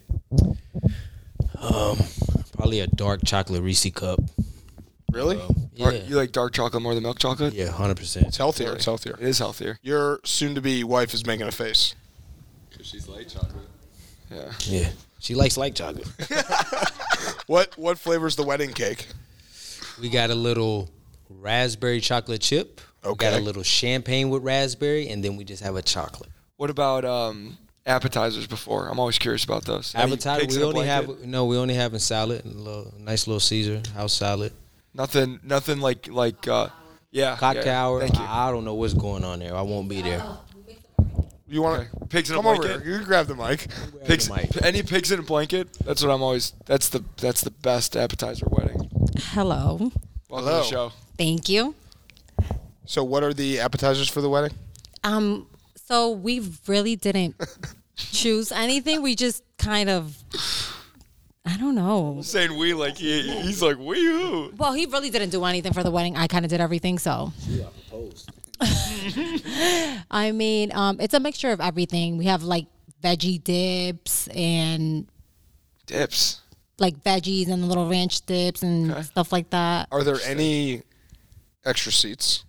S6: probably a dark chocolate Reese cup.
S2: Really?
S6: Yeah,
S3: Are- You like dark chocolate more than milk chocolate?
S6: yeah, hundred percent.
S2: It's healthier. It's healthier.
S3: It is healthier.
S2: Your soon-to-be wife is making a face.
S7: Because she's light chocolate.
S3: Yeah.
S6: Yeah, she likes light chocolate.
S2: What What flavor's the wedding cake?
S6: We got a little raspberry chocolate chip. We got
S2: Okay.
S6: a little champagne with raspberry, and then we just have a chocolate.
S3: What about um, appetizers before? I'm always curious about those. Any
S6: Appetizer.
S3: pigs in
S6: We
S3: a
S6: only
S3: blanket?
S6: have no. We only having salad. A little, nice little Caesar house salad.
S3: nothing. Nothing like like uh, yeah.
S6: Cocktail
S3: yeah,
S6: hour.
S3: Thank you. Oh.
S6: I, I don't know what's going on there. I won't be there.
S2: You want to
S3: Pigs in a
S2: come over
S3: blanket?
S2: here? You can grab the mic.
S3: Pigs,
S6: Mic.
S3: any pigs in a blanket? That's what I'm always. That's the that's the best appetizer wedding.
S8: Hello.
S3: Welcome
S2: Hello.
S3: to the show.
S8: Thank you.
S2: So, what are the appetizers for the wedding?
S8: Um, so we really didn't choose anything. We just kind of, I don't know.
S3: Saying we like he, he's like we who?
S8: Well, he really didn't do anything for the wedding. I kind of did everything. So I mean, um, it's a mixture of everything. We have like veggie dips and
S3: Dips.
S8: like veggies and little ranch dips and stuff like that.
S2: Are there any extra seats?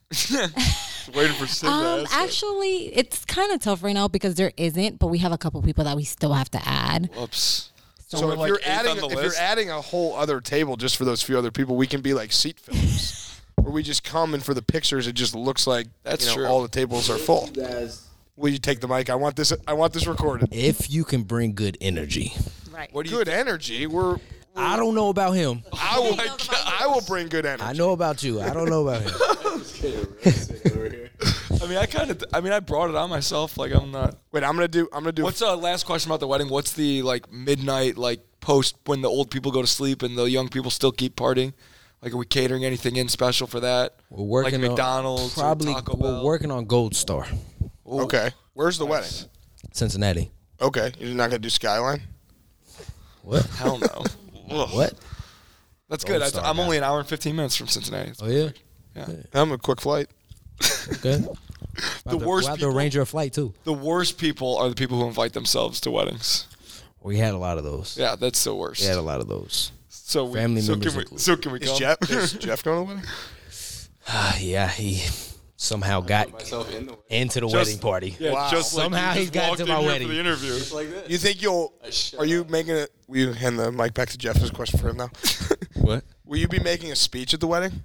S3: Waiting for Sid
S8: Um,
S3: to ask.
S8: actually, it's kind of tough right now because there isn't, but we have a couple people that we still have to add.
S3: Whoops.
S2: So,
S3: we're
S2: if
S3: like
S2: you're
S3: eighth
S2: adding,
S3: on the
S2: if you're
S3: list?
S2: adding a whole other table just for those few other people, we can be like seat fillers, where we just come and for the pictures, it just looks like
S3: That's
S2: you know,
S3: true.
S2: all the tables are full. Will you take the mic? I want this. I want this recorded.
S6: If you can bring good energy,
S8: Right.
S3: What do you?
S2: Good energy. We're.
S6: I don't know about him.
S2: I will. I will bring good energy.
S6: I know about you. I don't know about him.
S3: I mean, I kind of. I mean, I brought it on myself. Like I'm not.
S2: Wait, I'm gonna do. I'm gonna do.
S3: What's uh last question about the wedding? What's the like midnight like post when the old people go to sleep and the young people still keep partying? Like, are we catering anything in special for that?
S6: We're working
S3: like
S6: on
S3: McDonald's, or
S6: Probably
S3: Taco
S6: we're
S3: Bell?
S6: working on Gold Star,
S3: Ooh,
S2: Okay. Where's the
S3: nice.
S6: Cincinnati.
S2: wedding? Okay. You're not gonna do Skyline?
S6: What?
S3: Hell no. Ugh.
S6: what?
S3: That's good.
S6: Gold
S3: I,
S6: Star
S3: I'm
S6: guy.
S3: only an hour and 15 minutes from Cincinnati.
S6: Oh yeah.
S2: I'm a quick flight.
S6: Okay.
S3: The worst
S6: We have to
S3: people-
S6: arrange your flight too.
S3: The worst people are the people who invite themselves to weddings.
S6: We had a lot of those.
S3: Yeah, that's the worst.
S6: We had a lot of those.
S3: so we,
S6: family
S3: so
S6: members
S3: can we,
S6: included.
S3: so can we
S2: Is
S3: come?
S2: Jeff, is Jeff going to the wedding?
S6: Ah, yeah, he somehow got
S7: in the
S6: into the
S3: Just-
S6: wedding party.
S3: Yeah,
S2: Wow.
S3: just like
S6: Somehow
S3: you
S6: he
S3: just
S6: got
S3: walked
S6: to
S3: in
S6: my
S3: here
S6: wedding.
S3: for the interview.
S7: like this.
S2: You think you'll? Are you making a? Will you hand the mic back to Jeff? This question for him now.
S7: What?
S2: will you be making a speech at the wedding?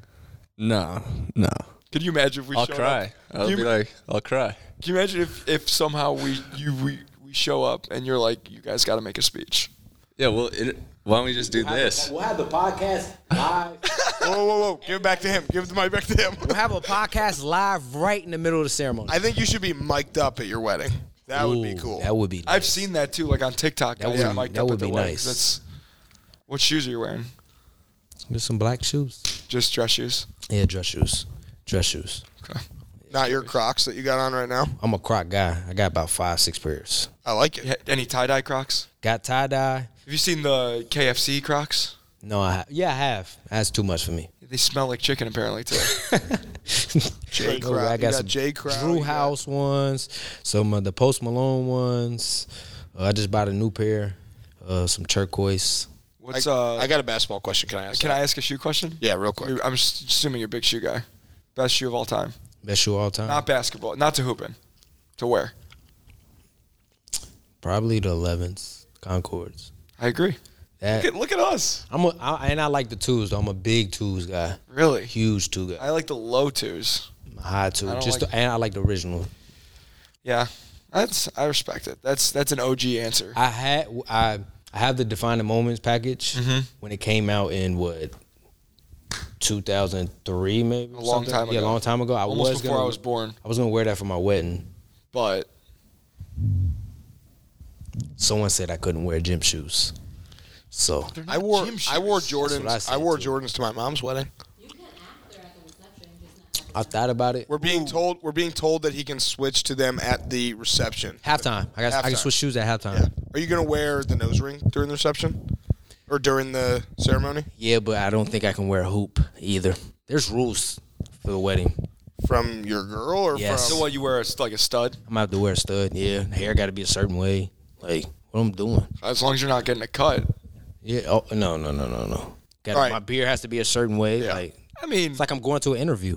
S7: No, no.
S3: Can you imagine if we
S7: I'll
S3: showed
S7: cry.
S3: up?
S7: I'll
S3: You-
S7: be like, I'll cry.
S3: Can you imagine if, if somehow we you we, we show up and you're like, you guys got to make a speech?
S7: Yeah. Well, it, why don't we just do this?
S6: We'll have the podcast live.
S2: Whoa, whoa, whoa! Give it back to him. Give the mic back to him.
S6: we'll have a podcast live right in the middle of the ceremony.
S2: I think you should be mic'd up at your wedding. That would be
S6: Ooh,
S2: cool.
S6: That would be.
S3: I've
S6: nice.
S3: seen that too, like on TikTok.
S6: That
S3: guys
S6: would
S3: are
S6: be-
S3: mic'd
S6: that
S3: up
S6: would
S3: at the
S6: be
S3: weddings. That's
S6: nice.
S3: what shoes are you wearing?
S6: There's some black shoes.
S3: Just dress shoes.
S6: Yeah, dress shoes. Dress shoes.
S2: Not your Crocs that you got on right now.
S6: I'm a croc guy. I got about five, six pairs.
S2: I like it.
S3: Yeah, Any tie dye Crocs?
S6: Got tie dye.
S3: Have you seen the KFC Crocs?
S6: No, I ha- yeah, I have. That's too much for me.
S3: They smell like chicken apparently too.
S2: J.
S6: No,
S2: Crow.
S6: I
S2: You
S6: got
S2: got
S6: some
S2: J. Crow. you
S6: Drew
S2: got-
S6: House ones, some of the Post Malone ones. Uh, I just bought a new pair, uh, some turquoise.
S3: What's
S2: I,
S3: uh?
S2: I got a basketball question. Can I ask?
S3: can I ask a shoe question?
S2: Yeah, real quick.
S3: You're- I'm s- assuming you're a big shoe guy. Best shoe of all time.
S6: Best shoe of all time.
S3: Not basketball. Not to hoop in. To wear.
S6: Probably the 11s, Concords.
S3: I agree.
S6: That
S3: Look at, look at us.
S6: I'm a, I, and I like the twos. Though. I'm a big twos guy,
S3: Really?
S6: huge two guy,
S3: I like the low twos.
S6: I'm a high two.
S3: I don't
S6: Just
S3: like-
S6: the, and I like the original.
S3: Yeah. That's I respect it. That's that's an OG answer.
S6: I had I I have the defining moments package
S3: Mm-hmm.
S6: when it came out in what 2003 maybe
S3: A long time
S6: yeah a
S3: ago.
S6: long time ago I
S3: Almost
S6: was
S3: before
S6: gonna,
S3: I was born.
S6: I was gonna wear that for my wedding
S3: But
S6: someone said I couldn't wear gym shoes so
S2: I wore
S3: Gym
S2: I wore
S3: shoes.
S2: Jordans.
S6: I
S2: I,
S6: said,
S2: wore
S6: too.
S2: Jordans to my mom's wedding.
S6: I thought about it
S2: We're being told we're being told that he can switch to them at the reception.
S6: halftime I got I
S2: Halftime.
S6: can switch shoes at halftime
S2: Yeah. Are you gonna wear the nose ring during the reception or during the ceremony
S6: yeah but I don't think I can wear a hoop either there's rules for the wedding
S2: from your girl or
S6: Yes.
S3: so
S2: from?
S3: what you wear is like a stud.
S6: I'm gonna have to wear a stud yeah hair got to be a certain way like what I'm doing
S3: As long as you're not getting a cut.
S6: Yeah. Oh no no no no no. Got
S2: All right.
S6: My beard has to be a certain way. Like
S3: I mean
S6: it's like I'm going to an interview.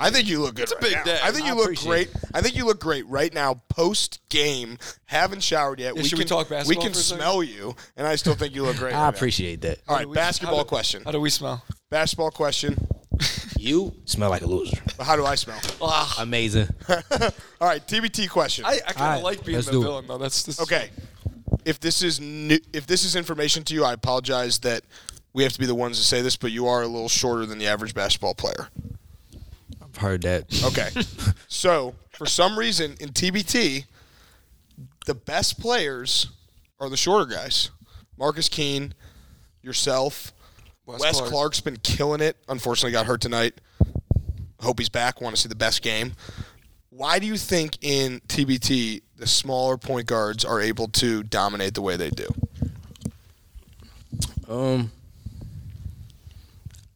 S2: I think you look good. It's
S3: big day.
S2: I think you
S6: I
S2: look
S6: appreciate
S2: great. I think you look great right now. Post game, haven't showered yet.
S3: Yeah, should we talk basketball
S2: can
S3: for a second?
S2: smell you, and I still think you look great. right
S6: I
S2: now.
S6: appreciate that.
S2: All right,
S3: we-
S2: basketball
S3: how do-
S2: question.
S3: how do we smell?
S2: Basketball question.
S6: You smell like a loser.
S2: How do I smell?
S6: Amazing.
S2: All right, TBT question.
S3: Oh. I, I kind
S6: Alright,
S3: of like being
S6: let's
S3: the
S6: do it.
S3: villain though. That's, that's
S2: Okay. If this is new, if this is information to you, I apologize that we have to be the ones to say this, but you are a little shorter than the average basketball player.
S6: I've heard that.
S2: Okay. so, for some reason in TBT, the best players are the shorter guys. Marcus Keene, yourself,
S3: Wes
S2: Wes,
S3: Clark.
S2: Clark's been killing it. Unfortunately, got hurt tonight. Hope he's back. Want to see the best game. Why do you think in TBT the smaller point guards are able to dominate the way they do?
S6: Um,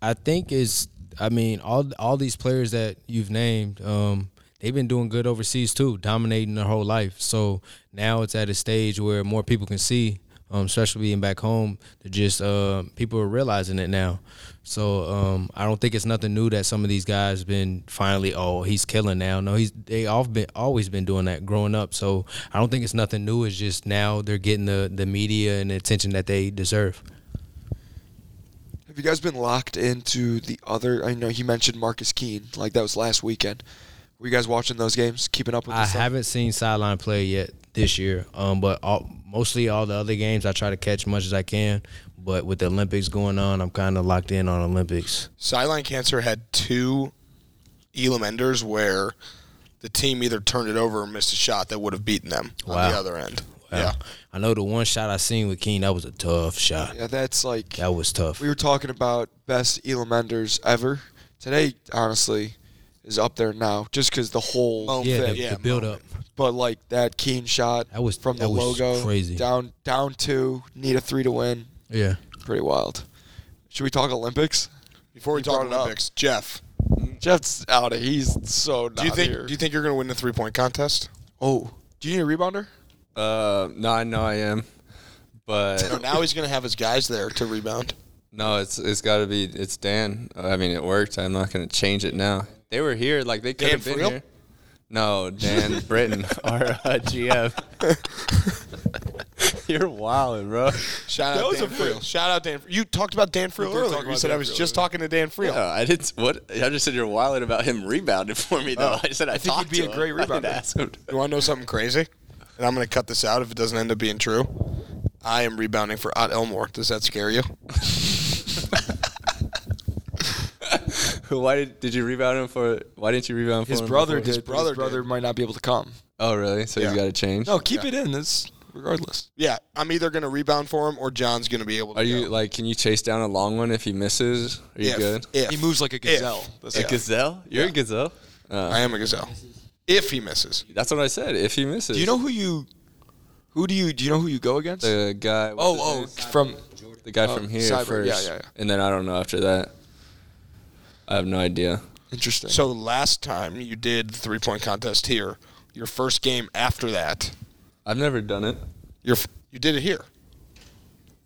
S6: I think it's. I mean, all all these players that you've named, um, they've been doing good overseas too, dominating their whole life. So now it's at a stage where more people can see, um, especially being back home. They're just uh, people are realizing it now. So um, I don't think it's nothing new that some of these guys been finally. Oh, he's killing now. No, he's they all been always been doing that growing up. So I don't think it's nothing new. It's just now they're getting the the media and the attention that they deserve.
S3: Have you guys been locked into the other? I know he mentioned Marcus Keene, like that was last weekend. Were you guys watching those games, keeping up with?
S6: I
S3: the stuff?
S6: haven't seen sideline play yet this year. Um, but all, mostly all the other games, I try to catch much as I can. But with the Olympics going on, I'm kind of locked in on Olympics.
S2: Sideline Cancer had two Elam enders where the team either turned it over or missed a shot that would have beaten them on
S6: Wow.
S2: the other end.
S6: Yeah. I know the one shot I seen with Keen, that was a tough shot.
S3: Yeah, that's like
S6: That was tough.
S3: we were talking about best Elam enders ever. Today, honestly, is up there now just because the whole
S6: yeah,
S3: thing.
S6: the, the build up.
S3: But like that keen shot
S6: That was-
S3: from the
S6: that was
S3: logo
S6: crazy.
S3: down down two, need a three to win.
S6: Yeah.
S3: Pretty wild. Should we talk Olympics?
S2: Before we
S3: You
S2: talk
S3: brought it up.
S2: Olympics, Jeff,
S3: Jeff's out of. He's so. Not
S2: do you think
S3: Here.
S2: do you think you're going to win the three point contest?
S3: oh, do you need a rebounder?
S7: Uh, no, I know I am,
S2: No,
S7: but
S2: now he's going to have his guys there to rebound.
S7: no, it's it's got to be it's Dan. I mean, it worked. I'm not gonna change it now. They were here, like they could
S2: Dan
S7: have been
S2: Friel?
S7: here. No, Dan Britton, our uh, GF. You're wilding, bro.
S2: Shout out Dan Friel. Shout out Dan. Friel. You talked about Dan Friel
S3: did talk
S2: earlier. You
S3: about
S2: said
S3: Dan
S2: I was
S3: Friel,
S2: just
S3: yeah.
S2: talking to Dan Friel.
S7: Yeah, I didn't. What I just said, you're wilding about him rebounding for me. Though I said I,
S3: Oh, think
S7: talked
S3: he'd be
S7: to
S3: a great
S7: him. I didn't
S3: rebounder.
S7: ask him.
S2: You want to know something crazy? And I'm going to cut this out if it doesn't end up being true. I am rebounding for Ott Elmore. Does that scare you?
S7: Why did did you rebound him for? Why didn't you rebound for
S3: His
S7: him
S3: brother
S7: before?
S3: did. His brother,
S2: brother did.
S3: might not be able to come.
S7: Oh, really? So
S2: Yeah.
S7: he's got to change.
S3: No, keep it in. This regardless.
S2: Yeah, I'm either going to rebound for him or John's going to be able to.
S7: Are you
S2: go.
S7: like? Can you chase down a long one if he misses? Are you
S2: If-
S7: good?
S2: If.
S3: He moves like a gazelle. That's
S7: A gazelle? You're a
S2: Yeah.
S7: gazelle.
S2: I am a gazelle. If he misses,
S7: That's what I said. If he misses,
S3: Do you know who you? Who do you? Do you know who you go against?
S7: the guy? what's his
S3: oh, oh,
S7: name?
S3: from
S7: the guy
S3: oh,
S7: from here
S3: Cyber.
S7: first,
S3: Yeah, yeah, yeah.
S7: and then I don't know after that. I have no idea.
S3: interesting.
S2: so last time you did the three point contest here, your first game after that,
S7: I've never done it.
S2: your f- you did it here.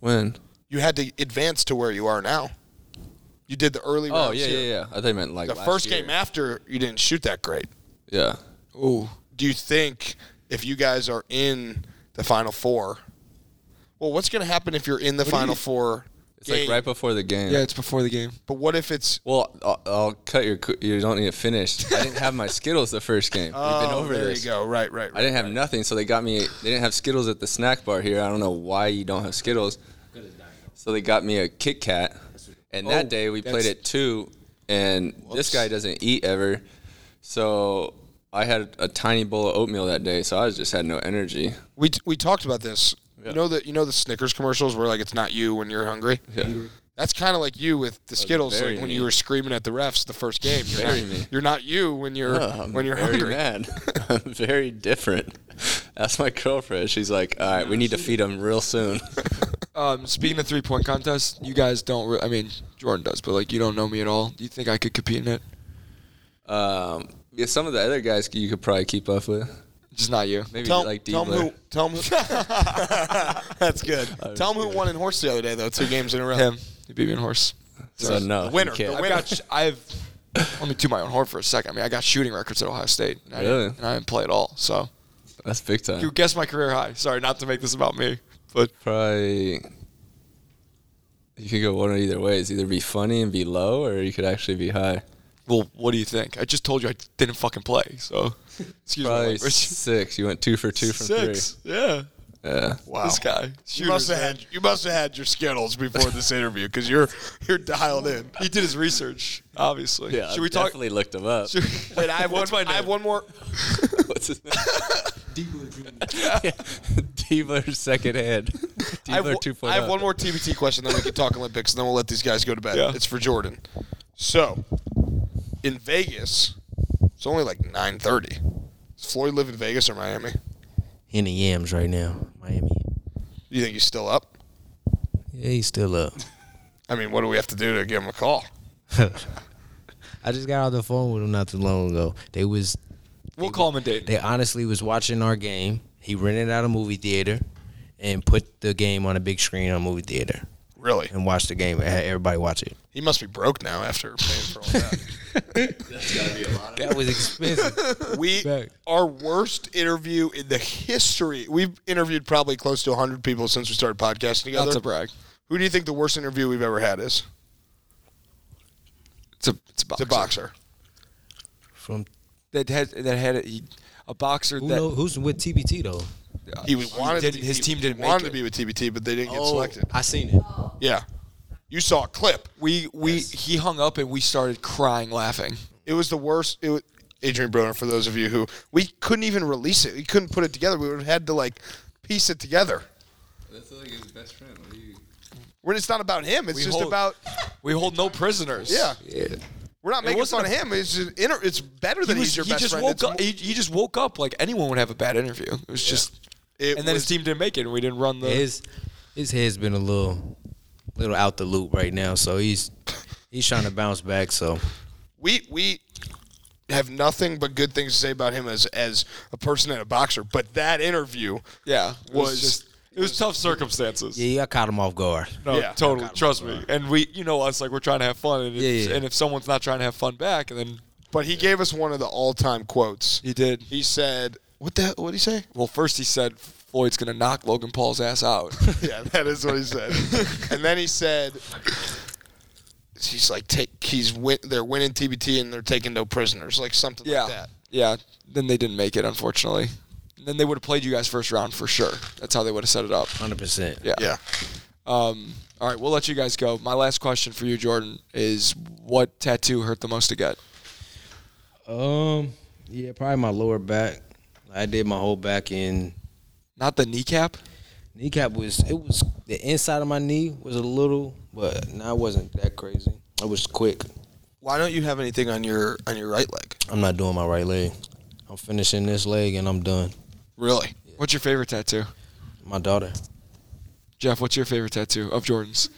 S7: When?
S2: You had to advance to where you are now. You did the early.
S7: Oh
S2: rounds
S7: yeah, yeah,
S2: here.
S7: yeah. I think I meant like
S2: The
S7: last
S2: first
S7: year.
S2: game after, you didn't shoot that great.
S7: Yeah.
S2: Ooh. Do you think if you guys are in the final four? Well, what's going to happen if you're in the final four?
S7: It's like right before the game.
S3: yeah, it's before the game.
S2: But what if it's
S7: Well, I'll, I'll cut your. cou- You don't need it finished. I didn't have my Skittles the first game. We've
S3: Oh,
S7: been over
S2: there
S7: this.
S2: you go. Right, right.
S7: I
S2: right.
S7: didn't have nothing, so they got me. They didn't have Skittles at the snack bar here. I don't know why you don't have Skittles. So they got me a Kit Kat, and that day we played at two, and this guy doesn't eat ever, so I had a tiny bowl of oatmeal that day. So I just had no energy.
S2: We t- we talked about this. You know that you know the Snickers commercials where like it's not you when you're hungry.
S7: Yeah.
S2: That's kind of like you with the Skittles.
S7: very
S2: Like when
S7: mean.
S2: you were screaming at the refs the first game. You're,
S7: Very
S2: not,
S7: mean.
S2: you're not you when you're
S7: I'm
S2: when you're
S7: very
S2: hungry.
S7: mad. I'm very different. That's my girlfriend. She's like, all right, we need to feed him real soon.
S3: Um, speaking of three point contest, you guys don't. Re- I mean, Jordan does, but like you don't know me at all. Do you think I could compete in it?
S7: Um, yeah, some of the other guys you could probably keep up with.
S3: Just not you.
S7: Maybe
S2: Tell,
S7: like
S2: tell 'em
S7: Diebler.
S2: who. Tell 'em who. That's good. Tell 'em who won in horse the other day though. Two games in a row.
S3: Him. He beat me in horse.
S7: So no,
S2: The
S7: you
S2: winner,
S7: can't.
S2: the
S3: I've
S2: winner.
S3: got. sh- I've. Let me do my own horn for a second. I mean, I got shooting records at Ohio State, and, I,
S7: Really?
S3: didn't, and I didn't play at all. So
S7: That's big time.
S3: you guess my career high. Sorry, not to make this about me, but
S7: probably you could go one of either ways. Either be funny and be low, or you could actually be high.
S3: well, what do you think? I just told you I didn't fucking play. So excuse
S7: Probably
S3: me.
S7: six. You went two for two from
S3: Six. Yeah.
S7: three. Yeah.
S2: Wow.
S3: This guy.
S2: You must
S3: Shooters,
S2: have
S3: man.
S2: had you must have had your Skittles before this interview because you're you're dialed in.
S3: He did his research, obviously.
S7: Yeah.
S3: Should we talk?
S7: Definitely looked him up.
S2: Wait, I have one. I have one more.
S7: What's his name? Diebler second hand.
S2: I have,
S7: Diebler two
S2: one- I have one more TBT question, then we can talk Olympics, and then we'll let these guys go to bed. It's for Jordan. So, in Vegas, it's only like nine thirty. Does Floyd live in Vegas or Miami?
S6: In the yams right now, Miami.
S2: You think he's still up?
S6: Yeah, he's still up.
S2: I mean, what do we have to do to give him a call?
S6: I just got off the phone with him not too long ago. They was
S3: We'll call him a date.
S6: they honestly was watching our game. He rented out a movie theater and put the game on a big screen on a movie theater
S2: Really?
S6: and watched the game. and had everybody watch it.
S2: He must be broke now after paying for all that.
S7: oh.
S6: That was expensive.
S2: We
S6: Fact.
S2: our worst interview in the history. We've interviewed probably close to 100 people since we started podcasting together.
S3: That's a brag.
S2: Who do you think the worst interview we've ever had is?
S3: It's a it's
S2: It's
S3: a boxer.
S2: a boxer.
S6: From
S3: That had that had a, he, a boxer
S6: who
S3: that
S6: know, who's with TBT though?
S2: He was wanted to
S3: didn't-
S2: be-
S3: his
S2: he
S3: team didn't make
S2: wanted
S3: it. Oh.
S2: to be with TBT, but they didn't get selected.
S6: Oh, I seen it.
S2: Yeah, you saw a clip.
S3: we we he hung up and we started crying laughing.
S2: It was the worst. It was, Adrian Broner. For those of you who we couldn't even release it, we couldn't put it together. We would have had to like piece it together.
S7: That's like his best friend. What do you?
S2: We're, it's not about him. It's
S3: We
S2: just
S3: hold-
S2: about
S3: We hold no prisoners.
S2: yeah.
S7: Yeah.
S2: We're not
S3: It
S2: making
S3: wasn't
S2: fun of him. It's just inter- it's better
S3: He,
S2: than
S3: was-
S2: he's your
S3: he
S2: best
S3: just
S2: friend.
S3: woke
S2: It's
S3: up. He, he just woke up like anyone would have a bad interview. It was just,
S2: It
S3: and then his
S2: was-
S3: team didn't make it, and we didn't run the.
S6: His his head's been a little little out the loop right now, so he's he's trying to bounce back. So
S2: we we have nothing but good things to say about him as as a person and a boxer. But that interview,
S3: yeah, it was,
S2: was-
S3: just. It was tough circumstances.
S6: yeah, I caught him off guard.
S3: No,
S2: Yeah.
S3: totally. Trust me. And we, you know, us like we're trying to have fun, and if,
S6: Yeah, yeah.
S3: and if someone's not trying to have fun back, and then
S2: but he gave us one of the all time quotes.
S3: he did.
S2: He said, "What the? What did he say?"
S3: Well, first he said Floyd's gonna knock Logan Paul's ass out.
S2: yeah, that is what he said. and then he said, "He's like take. He's win. They're winning TBT and they're taking no prisoners, like something
S3: yeah,
S2: like that."
S3: yeah. Then they didn't make it, unfortunately. Then they would have played you guys first round for sure. That's how they would have set it up.
S6: Hundred percent.
S3: Yeah.
S2: Yeah.
S3: Um, all right, we'll let you guys go. My last question for you, Jordan, is what tattoo hurt the most to get?
S6: Um, yeah, probably my lower back. I did my whole back in
S3: Not the kneecap.
S6: kneecap was it was the inside of my knee was a little, but no, it wasn't that crazy. I was quick.
S2: Why don't you have anything on your on your right leg?
S6: I'm not doing my right leg. I'm finishing this leg and I'm done.
S2: Really?
S3: What's your favorite tattoo?
S6: My daughter.
S3: Jeff, what's your favorite tattoo of Jordan's?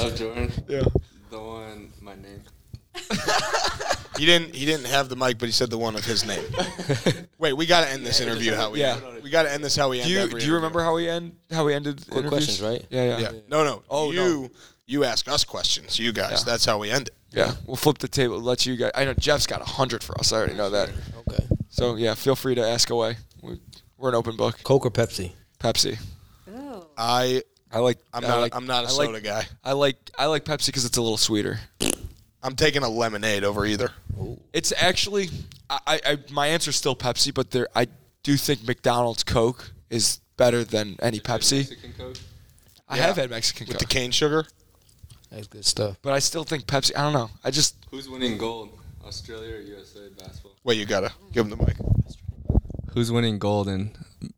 S7: Oh, Jordan.
S3: Yeah.
S7: The one, my name.
S2: He didn't. He didn't have the mic, but he said the one of his name. Wait, we got to end this interview how we.
S3: Yeah.
S2: End. We got to end this how we end.
S3: Do you
S2: every
S3: do you
S2: interview.
S3: remember how we end how we ended
S6: Quick
S3: interviews?
S6: questions, right?
S3: Yeah, yeah,
S2: Yeah. No, no.
S3: Oh,
S2: Oh,
S3: no.
S2: you you ask us questions. You guys.
S3: Yeah.
S2: That's how we end it.
S3: Yeah, we'll flip the table. Let you guys. I know Jeff's got a hundred for us. I already know that.
S6: Okay.
S3: So yeah, feel free to ask away. We- We're an open book.
S6: Coke or Pepsi?
S3: Pepsi.
S8: Ooh.
S2: I
S3: I like.
S2: I'm
S3: I
S2: not
S3: like-
S2: I'm not a
S3: I
S2: soda
S3: like,
S2: guy.
S3: I like. I like Pepsi because it's a little sweeter.
S2: I'm taking a lemonade over either.
S3: It's actually. I. I I- my answer's still Pepsi, but there. I do think McDonald's Coke is better than any Pepsi.
S7: Mexican Coke.
S3: I
S2: Yeah.
S3: have had Mexican
S2: With
S3: Coke,
S2: the cane sugar.
S6: That's good stuff.
S3: but I still think Pepsi. I don't know. I just.
S7: Who's winning gold? Australia or USA basketball?
S2: Wait, you gotta give him the mic.
S7: Who's winning gold in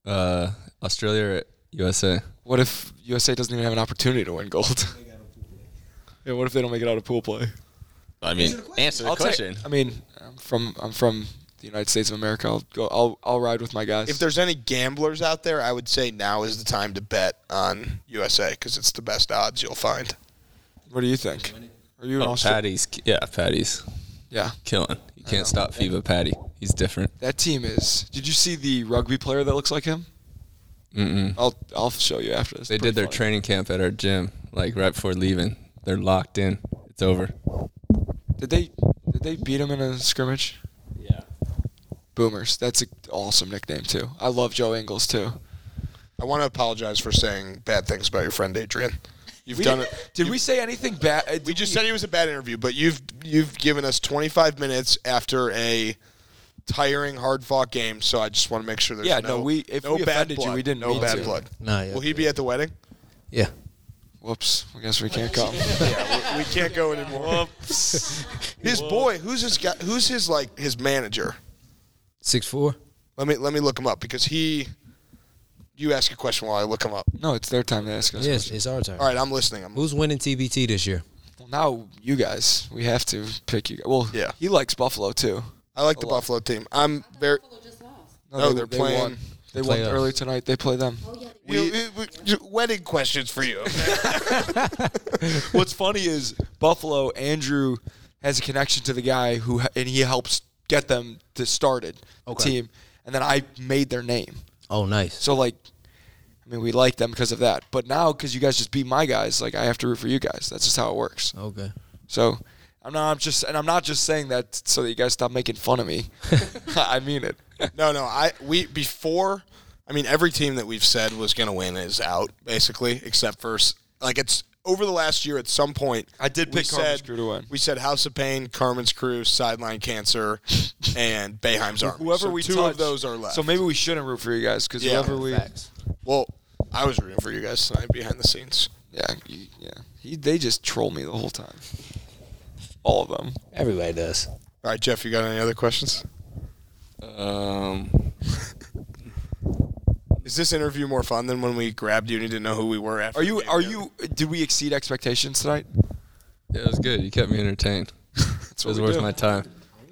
S7: uh, Australia or USA?
S3: What if USA doesn't even have an opportunity to win gold? yeah. What if they don't make it out of pool play?
S7: I mean, answer the
S3: I'll take-
S7: question.
S3: I mean, I'm from I'm from the United States of America. I'll go. I'll I'll ride with my guys.
S2: If there's any gamblers out there, I would say now is the time to bet on USA because it's the best odds you'll find.
S3: what do you think? Are you an
S7: Oh,
S3: Austra-
S7: Patty's, yeah, Patty's
S3: Yeah,
S7: killing. You can't stop FIBA Patty. He's different.
S3: that team is. Did you see the rugby player that looks like him?
S7: Mm-mm.
S3: I'll I'll show you after this.
S7: They did their training camp at our gym, like right before leaving. They're locked in. It's over.
S3: Did they did they beat him in a scrimmage?
S6: Yeah.
S3: Boomers. That's an awesome nickname too. I love Joe Ingles too.
S2: I want to apologize for saying bad things about your friend Adrian. You've
S3: We
S2: done
S3: didn't-
S2: it.
S3: Did we say anything bad? uh,
S2: We
S3: did
S2: just said he was a bad interview, but you've you've given us 25 minutes after a tiring, hard-fought game. So I just want to make sure there's
S3: Yeah,
S2: no,
S3: no, we- if
S2: no
S3: we
S2: bad
S3: offended you,
S2: blood,
S3: we didn't
S2: no
S3: mean
S2: bad
S3: to.
S2: blood.
S6: Nah, yeah.
S2: Will he be at the wedding?
S6: Yeah.
S3: Whoops. I guess we can't come.
S2: we can't go anymore. his boy, who's his guy? Who's his like his manager?
S6: Six four.
S2: Let me let me look him up because he. You ask a question while I look him up.
S3: no, it's their time to ask us.
S6: Yes, it's our turn.
S2: All right, I'm listening. I'm
S6: Who's winning TBT this year?
S3: Well, now you guys, we have to pick you. Well,
S2: Yeah.
S3: He likes Buffalo too.
S2: I like the Buffalo team. I'm very.
S8: "Oh,
S2: No, they're playing-
S3: Won. They
S6: Play
S3: won
S6: us.
S3: early tonight. They play them.
S2: We, we, we- j- wedding questions for you. okay?
S3: What's funny is Buffalo. Andrew has a connection to the guy who, and he helps get them to started the
S6: Okay.
S3: team. And then I made their name.
S6: Oh, nice.
S3: So like, I mean, we like them because of that. But now, because you guys just beat my guys, like I have to root for you guys. That's just how it works.
S2: Oh.
S6: Okay.
S3: So I'm not. I'm just, and I'm not just saying that so that you guys stop making fun of me. I mean it.
S2: no, no. I we before. I mean, every team that we've said was going to win is out basically, except for s- like it's over the last year. At some point,
S3: I did
S2: we
S3: pick Carmen's
S2: said-
S3: Crew to win.
S2: We said House of Pain, Carmen's Crew, Sideline Cancer, and Bayheim's Army.
S3: Whoever
S2: So
S3: we
S2: two
S3: touch,
S2: of those are left.
S3: So maybe we shouldn't root for you guys because
S2: Yeah.
S3: whoever we,
S2: Well, I was rooting for you guys tonight behind the scenes.
S3: yeah, you- yeah, he, they just troll me the whole time. All of them.
S6: Everybody does.
S2: All right, Jeff, you got any other questions?
S7: Um,
S2: Is this interview more fun than when we grabbed you and you didn't know who we were after?
S3: Are
S2: we
S3: you
S2: came
S3: are
S2: together?
S3: you did we exceed expectations tonight?
S7: Yeah, it was good. You kept me entertained.
S3: That's what
S7: It was
S3: we
S7: worth
S3: do.
S7: my time.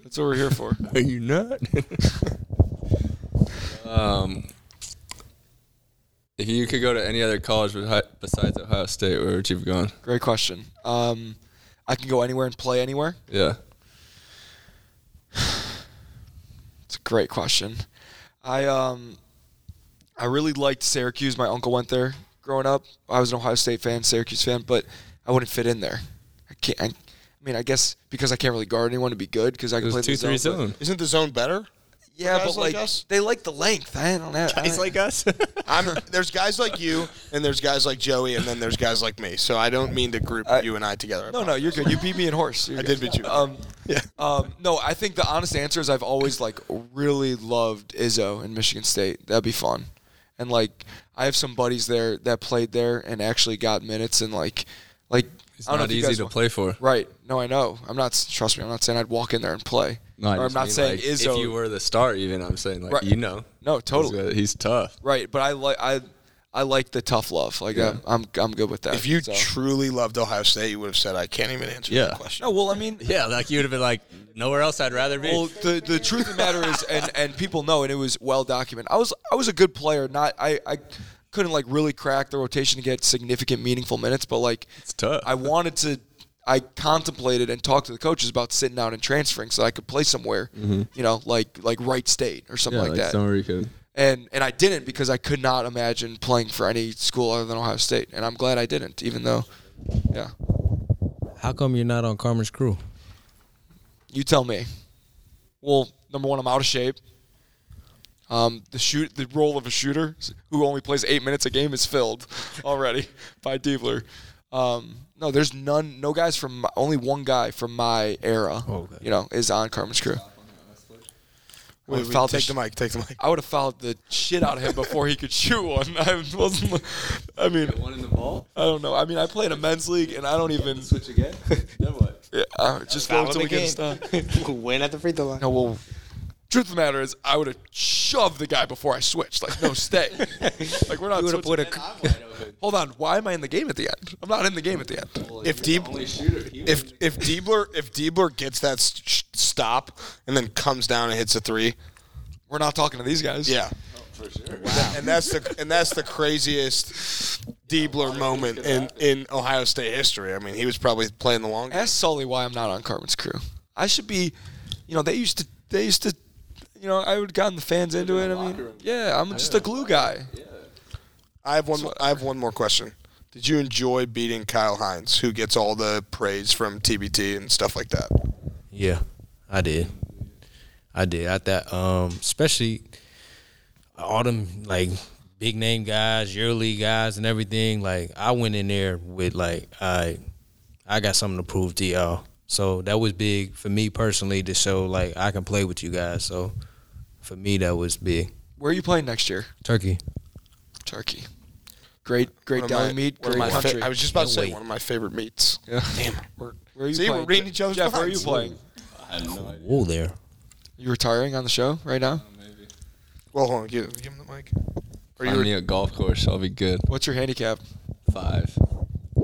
S3: That's what we're here for.
S7: Are you not? um, if you could go to any other college behi- besides Ohio State, where would you have gone?
S3: Great question. Um, I can go anywhere and play anywhere.
S7: Yeah.
S3: It's a great question. I um, I really liked Syracuse. My uncle went there growing up. I was an Ohio State fan, Syracuse fan, but I wouldn't fit in there. I can't. I, I mean, I guess because I can't really guard anyone to be good because I can
S7: It
S3: play
S7: was
S3: the
S7: 2 3
S3: zone, but-
S7: zone.
S2: Isn't the zone better?
S3: Yeah,
S2: guys
S3: but
S2: like
S3: like,
S2: us?
S3: they like the length. I don't know. I don't-
S7: us.
S2: I'm, there's guys like you, and there's guys like Joey, and then there's guys like me. So I don't mean to group
S3: I-
S2: you and I together.
S3: No, no, you're good. You beat me in horse. You're
S2: I did
S3: good.
S2: beat you.
S3: Um,
S2: Yeah.
S3: um, no, I think the honest answer is I've always like really loved Izzo in Michigan State. That'd be fun. And like I have some buddies there that played there and actually got minutes and like like
S7: It's
S3: I don't know
S7: not
S3: if you
S7: easy
S3: guys
S7: to
S3: wa-
S7: play for.
S3: Right. No, I know. I'm not trust me, I'm not saying I'd walk in there and play.
S7: No, I
S3: or I'm
S7: just
S3: not
S7: mean,
S3: saying
S7: like,
S3: Izzo
S7: If you were the star, even I'm saying like
S3: Right.
S7: you know,
S3: No, totally.
S7: He's- he's tough.
S3: Right, but I like I I like the tough love. Like
S7: Yeah.
S3: I'm, I'm I'm good with that.
S2: If you
S3: so.
S2: truly loved Ohio State, you would have said, "I can't even answer
S7: Yeah.
S2: that question."
S3: No, well, I mean
S7: Yeah, like you would have been like nowhere else I'd rather be.
S3: Well, the, the truth of the matter is, and, and people know, and it was well documented. I was I was a good player. Not I, I couldn't like really crack the rotation to get significant, meaningful minutes. But like
S7: it's tough.
S3: I wanted to, I contemplated and talked to the coaches about sitting down and transferring so I could play somewhere. You know, like like Wright State or something like that
S7: somewhere you could.
S3: and and I didn't because I could not imagine playing for any school other than Ohio State, and I'm glad I didn't, even though, yeah,
S6: How come you're not on Carmen's crew?
S3: you tell me. Well, number one, I'm out of shape. Um, the shoot, the role of a shooter who only plays eight minutes a game is filled already by Diebler. Um, no, there's none, no guys from my, only one guy from my era.
S2: Oh,
S6: Okay.
S3: You know, is on Carmen's crew.
S2: Wait,
S3: Well,
S2: wait,
S3: foul
S2: take
S3: dis-
S2: the mic. Take the mic.
S3: I would have fouled the shit out of him before he could shoot one. I wasn't. I mean,
S7: One in the ball.
S3: I don't know. I mean, I play in a men's league, and I don't even switch again.
S7: Then what?
S3: Yeah, uh, just go until we get stopped.
S9: Win at the free throw line.
S3: No, well, truth of the matter is, I would have shoved the guy before I switched. Like, no, stay. like, we're not.
S6: You would
S3: Switching.
S6: have put a.
S3: Hold on. Why am I in the game at the end? I'm not in the game at the end.
S2: If deep, if if Diebler if Diebler gets that sh- stop and then comes down and hits a three,
S3: We're not talking to these guys.
S2: yeah, and that's the and that's the craziest Diebler moment in in Ohio State history. I mean, he was probably playing the long.
S3: Ask Sully why I'm not on Carmen's crew. I should be. You know, they used to. They used to. You know, I would have gotten the fans into it. I mean, yeah, I'm just a glue guy.
S2: I have one. mo- I have one more question. Did you enjoy beating Kyle Hines, who gets all the praise from TBT and stuff like that?
S6: Yeah, I did. I did. I thought, um, especially all them like big name guys, yearly guys, and everything. Like I went in there with like I, I got something to prove to y'all. So that was big for me personally to show like I can play with you guys. So for me, that was big.
S3: Where are you playing next year?
S6: Turkey.
S3: Turkey. Great, great
S2: One of my-
S3: deli meat.
S2: one of
S3: Great
S2: my fa-
S3: country.
S2: I was just about to
S6: Can't
S2: say
S6: wait.
S2: one of my favorite meats.
S3: Yeah.
S2: Damn, we're,
S3: Where are you
S2: See,
S3: playing?
S2: we're reading each other's
S3: Jeff, where are you
S2: minds.
S3: playing?
S6: Whoa there.
S3: You retiring on the show right now?
S2: well, hold on, give, give him the mic. Or
S7: Find
S2: you
S7: me a golf course. I'll be good.
S3: What's your handicap?
S7: Five.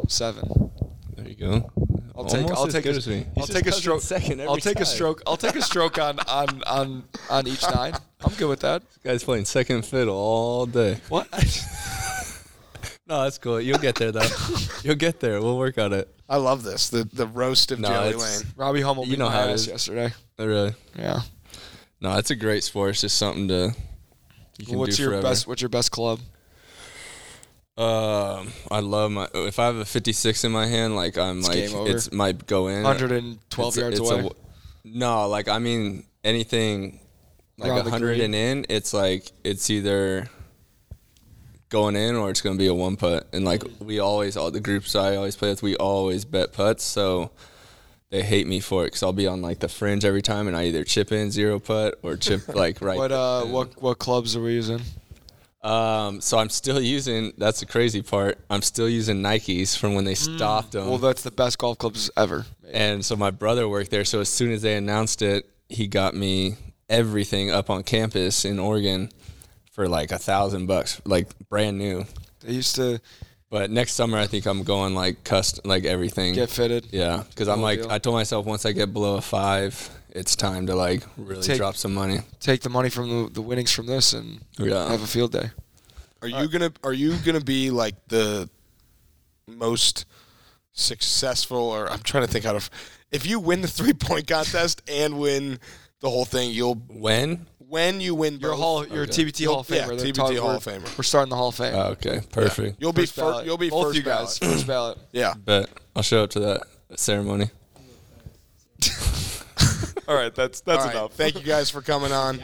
S3: Seven.
S7: There you go.
S3: I'll take. I'll take.
S7: good
S3: a,
S7: as me.
S3: I'll take a stroke.
S7: Second
S3: I'll take a stroke. I'll take a stroke on on on on each nine. I'm good with that.
S7: guy's playing second fiddle all day.
S3: What?
S7: No, that's cool. You'll get there though. You'll get there. We'll work on it.
S2: I love this. The the roast of
S7: No,
S2: Joey
S7: it's-
S2: Lane.
S3: Robbie Hummel
S7: You
S3: beat
S7: know
S3: my
S7: how it
S3: ass
S7: is.
S3: yesterday.
S7: Not really.
S3: Yeah.
S7: No, it's a great sport. It's just something to. You can
S3: What's
S7: do
S3: your
S7: forever.
S3: best? What's your best club?
S7: Um, I love my. If I have a 56 in my hand, like I'm like
S3: game over.
S7: it's my go in.
S3: 112
S7: It's a-
S3: yards
S7: it's a
S3: away.
S7: w- no, like I mean anything like
S3: Around the
S7: 100
S3: green.
S7: and in, it's like it's either going in or it's going to be a one putt. And like we always all the groups I always play with, we always bet putts, so they hate me for it cuz I'll be on like the fringe every time and I either chip in zero putt or chip like right
S3: what uh?
S7: in.
S3: What what clubs are we using?
S7: Um, so I'm still using. That's the crazy part. I'm still using Nikes from when they stopped them.
S3: Mm. Well, that's the best golf clubs ever.
S7: and so my brother worked there. So as soon as they announced it, he got me everything up on campus in Oregon for like a thousand bucks, like brand new.
S3: They used to
S7: But next summer, I think I'm going like custom, like everything.
S3: get fitted.
S7: Yeah, because I'm like,
S3: deal.
S7: I told myself once I get below a five, it's time to like really
S3: Take-
S7: drop some money.
S3: Take the money from the, the winnings from this and
S7: Yeah.
S3: have a field day.
S2: Are you gonna Are you gonna be like the most successful? Or I'm trying to think out of if you win the three point contest and win the whole thing, you'll
S7: When?
S2: when you win
S3: Your
S2: both-
S3: hall, your TBT Hall of Famer.
S2: yeah,
S3: They're
S2: TBT
S3: talking-
S2: Hall
S3: we're-
S2: of Famer.
S3: We're starting the Hall of Fame.
S7: Oh, okay, perfect.
S2: You'll be
S3: First
S2: first.
S3: ballot.
S2: You'll be
S3: both
S2: first
S3: you guys.
S2: ballot.
S3: First ballot.
S2: Yeah.
S7: But I'll show up to that ceremony.
S3: All right, that's that's
S2: All right. Thank you guys for coming on.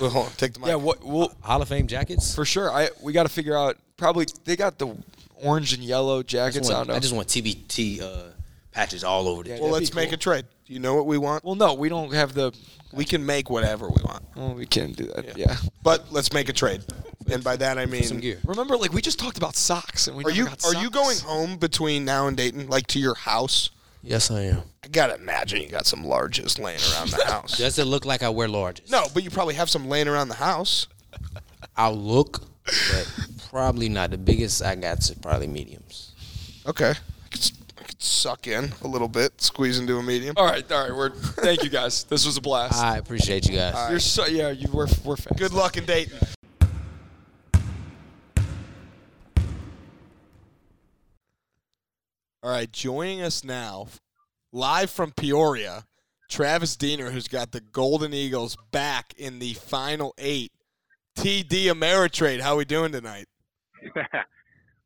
S2: Well, hold on, take the mic.
S6: Yeah, what? Well, Hall of Fame jackets.
S3: For sure, I we got to figure out. Probably they got the orange and yellow
S6: I
S3: jackets.
S6: just
S3: I don't
S6: want,
S3: know.
S6: I just want TBT uh, patches all over. The
S3: Yeah,
S2: well, let's make a trade. You know what we want?
S3: well, no, we don't have the.
S2: We can make whatever we want,
S3: Well, we can't do that. Yeah.
S2: but let's make a trade. And by that I mean
S6: some gear.
S3: Remember, like we just talked about socks, and we
S2: Are
S3: never
S2: you
S3: got
S2: are you
S3: socks.
S2: going home between now and Dayton, like to your house?
S6: Yes, I am.
S2: I gotta imagine you got some larges laying around the house.
S6: Does it look like I wear larges?
S2: No, but you probably have some laying around the house.
S6: I'll look, but probably not. The biggest I got is probably mediums.
S2: Okay, I could, s- I could suck in a little bit, squeeze into a medium.
S3: All right, all right. We're thank you guys. This was a blast.
S6: I appreciate you guys.
S3: You're so yeah. You were we're fans.
S2: Good luck in Dayton. All right, joining us now, live from Peoria, Travis Diener, who's got the Golden Eagles back in the final eight. TD Ameritrade, how we doing tonight?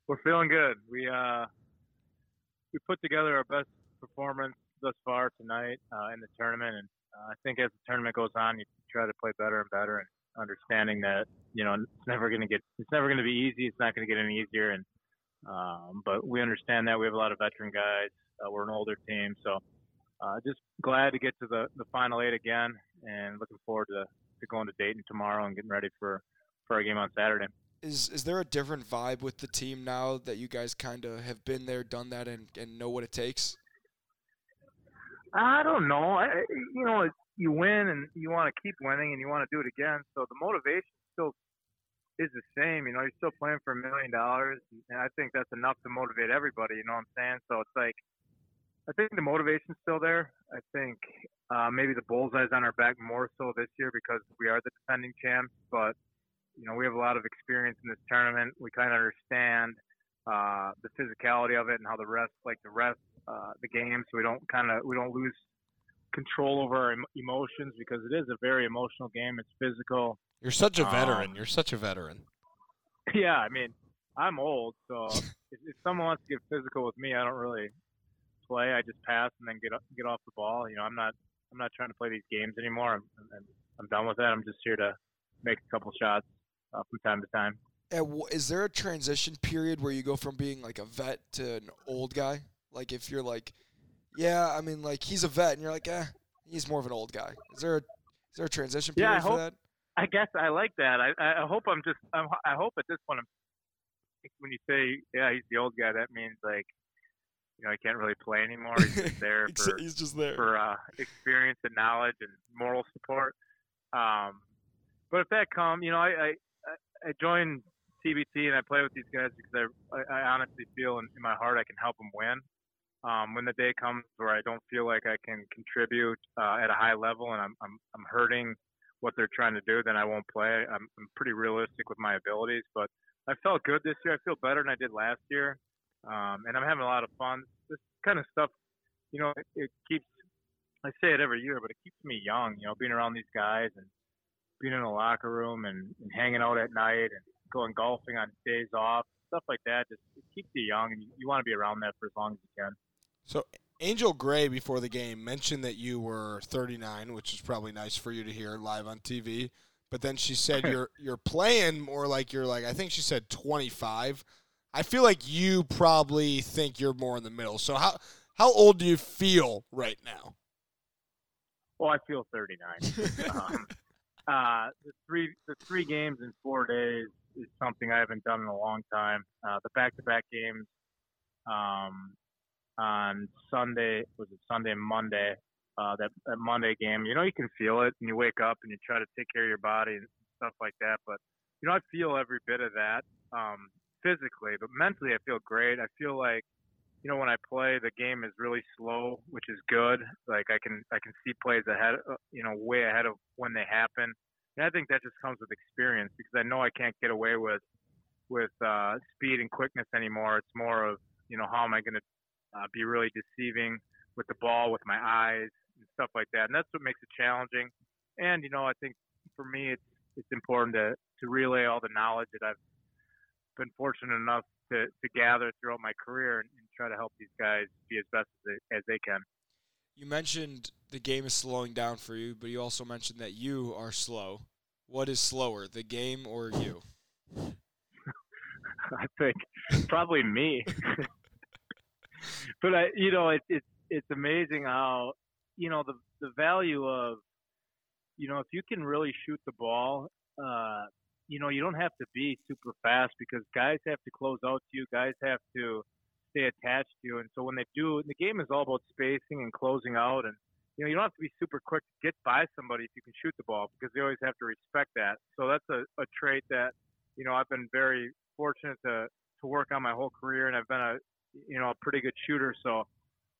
S9: we're feeling good. We uh, we put together our best performance thus far tonight uh, in the tournament, and uh, I think as the tournament goes on, you try to play better and better, and understanding that you know it's never going to get it's never going to be easy. It's not going to get any easier, and um, but we understand that we have a lot of veteran guys. Uh, we're an older team, so uh, just glad to get to the, the final eight again, and looking forward to, to going to Dayton tomorrow and getting ready for for our game on Saturday.
S3: Is is there a different vibe with the team now that you guys kind of have been there, done that, and and know what it takes?
S9: I don't know. I, I- you know, it- you win and you want to keep winning and you want to do it again. So the motivation still is the same. You know, you're still playing for a million dollars, and I think that's enough to motivate everybody. You know what I'm saying? So it's like, I think the motivation's still there. I think uh, maybe the bullseye's on our back more so this year because we are the defending champs. But you know, we have a lot of experience in this tournament. We kind of understand uh, the physicality of it and how the rest, like the rest uh, the game, so we don't kind of we don't lose control over our em- emotions because it is a very emotional game. It's physical.
S2: You're such
S9: a veteran.
S2: You're such a veteran.
S9: Yeah, I mean, I'm old, so if, if someone wants to get physical with me, I don't really play. I just pass and then get o- get off the ball. You know, I'm not I'm not trying to play these games anymore. I'm I'm, I'm done with that. I'm just here to make a couple shots uh, from time to time.
S3: And wh- is there a transition period where you go from being like a vet to an old guy? Like if you're like, yeah, I mean, like he's a vet, and you're like, eh, he's more of an old guy. Is there a is there a transition
S9: Yeah,
S3: period
S9: I
S3: for
S9: hope-
S3: that?
S9: I guess I like that. I- I, I hope I'm just. I'm, I hope at this point, I'm. When you say, "Yeah, he's the old guy," that means like, you know, he can't really play anymore. He's just there
S3: He's-
S9: for
S3: he's just there.
S9: for uh, experience and knowledge and moral support. Um, but if that come, you know, I I, I- I joined TBT and I play with these guys because I I, I honestly feel in, in my heart I can help them win. Um, when the day comes where I don't feel like I can contribute uh, at a high level and I'm I'm, I'm hurting what they're trying to do, then I won't play. I'm, I'm pretty realistic with my abilities, but I felt good this year. I feel better than I did last year, um, and I'm having a lot of fun. This kind of stuff, you know, it, it keeps. I say it every year, but it keeps me young. You know, being around these guys and being in the locker room and, and hanging out at night and going golfing on days off, stuff like that. Just it keeps you young, and you, you want to be around that for as long as you can.
S2: So Angel Gray before the game mentioned that you were 39, which is probably nice for you to hear live on TV. But then she said you're you're playing more like you're like I think she said 25. I feel like you probably think you're more in the middle. So how how old do you feel right now?
S9: Well, I feel 39. um, uh, the three the three games in four days is something I haven't done in a long time. Uh, the back to back games um, on Sunday was it Sunday and Monday. Uh, that, that Monday game, you know, you can feel it, and you wake up and you try to take care of your body and stuff like that. But you know, I feel every bit of that um, physically, but mentally, I feel great. I feel like, you know, when I play, the game is really slow, which is good. Like I can I can see plays ahead, uh, you know, way ahead of when they happen, and I think that just comes with experience because I know I can't get away with with uh, speed and quickness anymore. It's more of you know how am I going to uh, be really deceiving with the ball, with my eyes and stuff like that, and that's what makes it challenging. And you know, I think for me, it's it's important to to relay all the knowledge that I've been fortunate enough to, to gather throughout my career and, and try to help these guys be as best as they, as they can.
S3: You mentioned the game is slowing down for you, but you also mentioned that you are slow. What is slower, the game or you?
S9: I think probably me. but I, you know, it's it's it's amazing how you know the the value of you know if you can really shoot the ball, uh, you know you don't have to be super fast because guys have to close out to you, guys have to stay attached to you, and so when they do, the game is all about spacing and closing out, and you know you don't have to be super quick to get by somebody if you can shoot the ball because they always have to respect that. So that's a, a trait that you know I've been very fortunate to to work on my whole career, and I've been a you know a pretty good shooter. So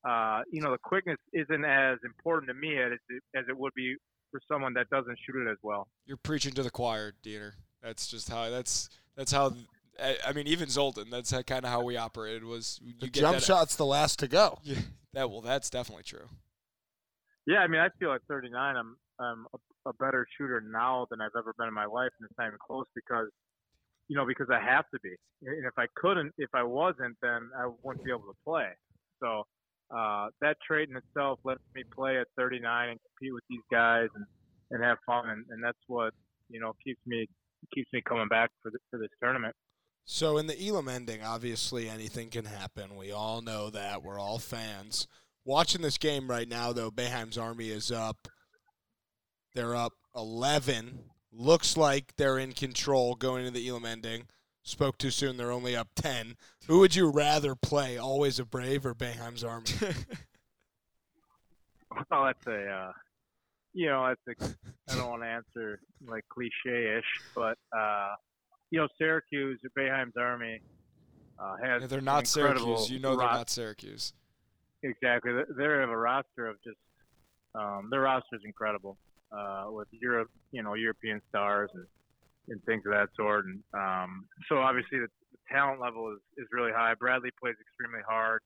S9: uh, you know the quickness isn't as important to me as it, as it would be for someone that doesn't shoot it as well.
S3: You're preaching to the choir, Diener. That's just how. That's that's how. I, I mean, even Zoltan. That's kind of how we operated. Was you
S2: The
S3: get
S2: jump
S3: that,
S2: shot's the last to go.
S3: Yeah, that well, that's definitely true.
S9: Yeah, I mean I feel at 39 I'm I'm a, a better shooter now than I've ever been in my life, and it's not even close because you know because I have to be, and if I couldn't, if I wasn't, then I wouldn't be able to play. So uh, that trait in itself lets me play at 39 and compete with these guys and, and have fun, and, and that's what you know keeps me keeps me coming back for the, for this tournament.
S2: So in the Elam ending, obviously anything can happen. We all know that. We're all fans. Watching this game right now, though, Beheim's Army is up. They're up 11. Looks like they're in control going into the Elam ending. Spoke too soon. They're only up 10. Who would you rather play, Always a Brave or Beheim's Army?
S9: Well, that's a, uh, you know, that's a, I don't want to answer like cliche ish, but, uh, you know, Syracuse or Bayheim's Army uh, has.
S3: Yeah, they're
S9: an
S3: not
S9: incredible
S3: Syracuse. You know they're
S9: ros-
S3: not Syracuse.
S9: Exactly. They- They have a roster of just, um, their roster is incredible uh, with Europe, you know, European stars and, and things of that sort. And um, so obviously the, the talent level is, is really high. Bradley plays extremely hard.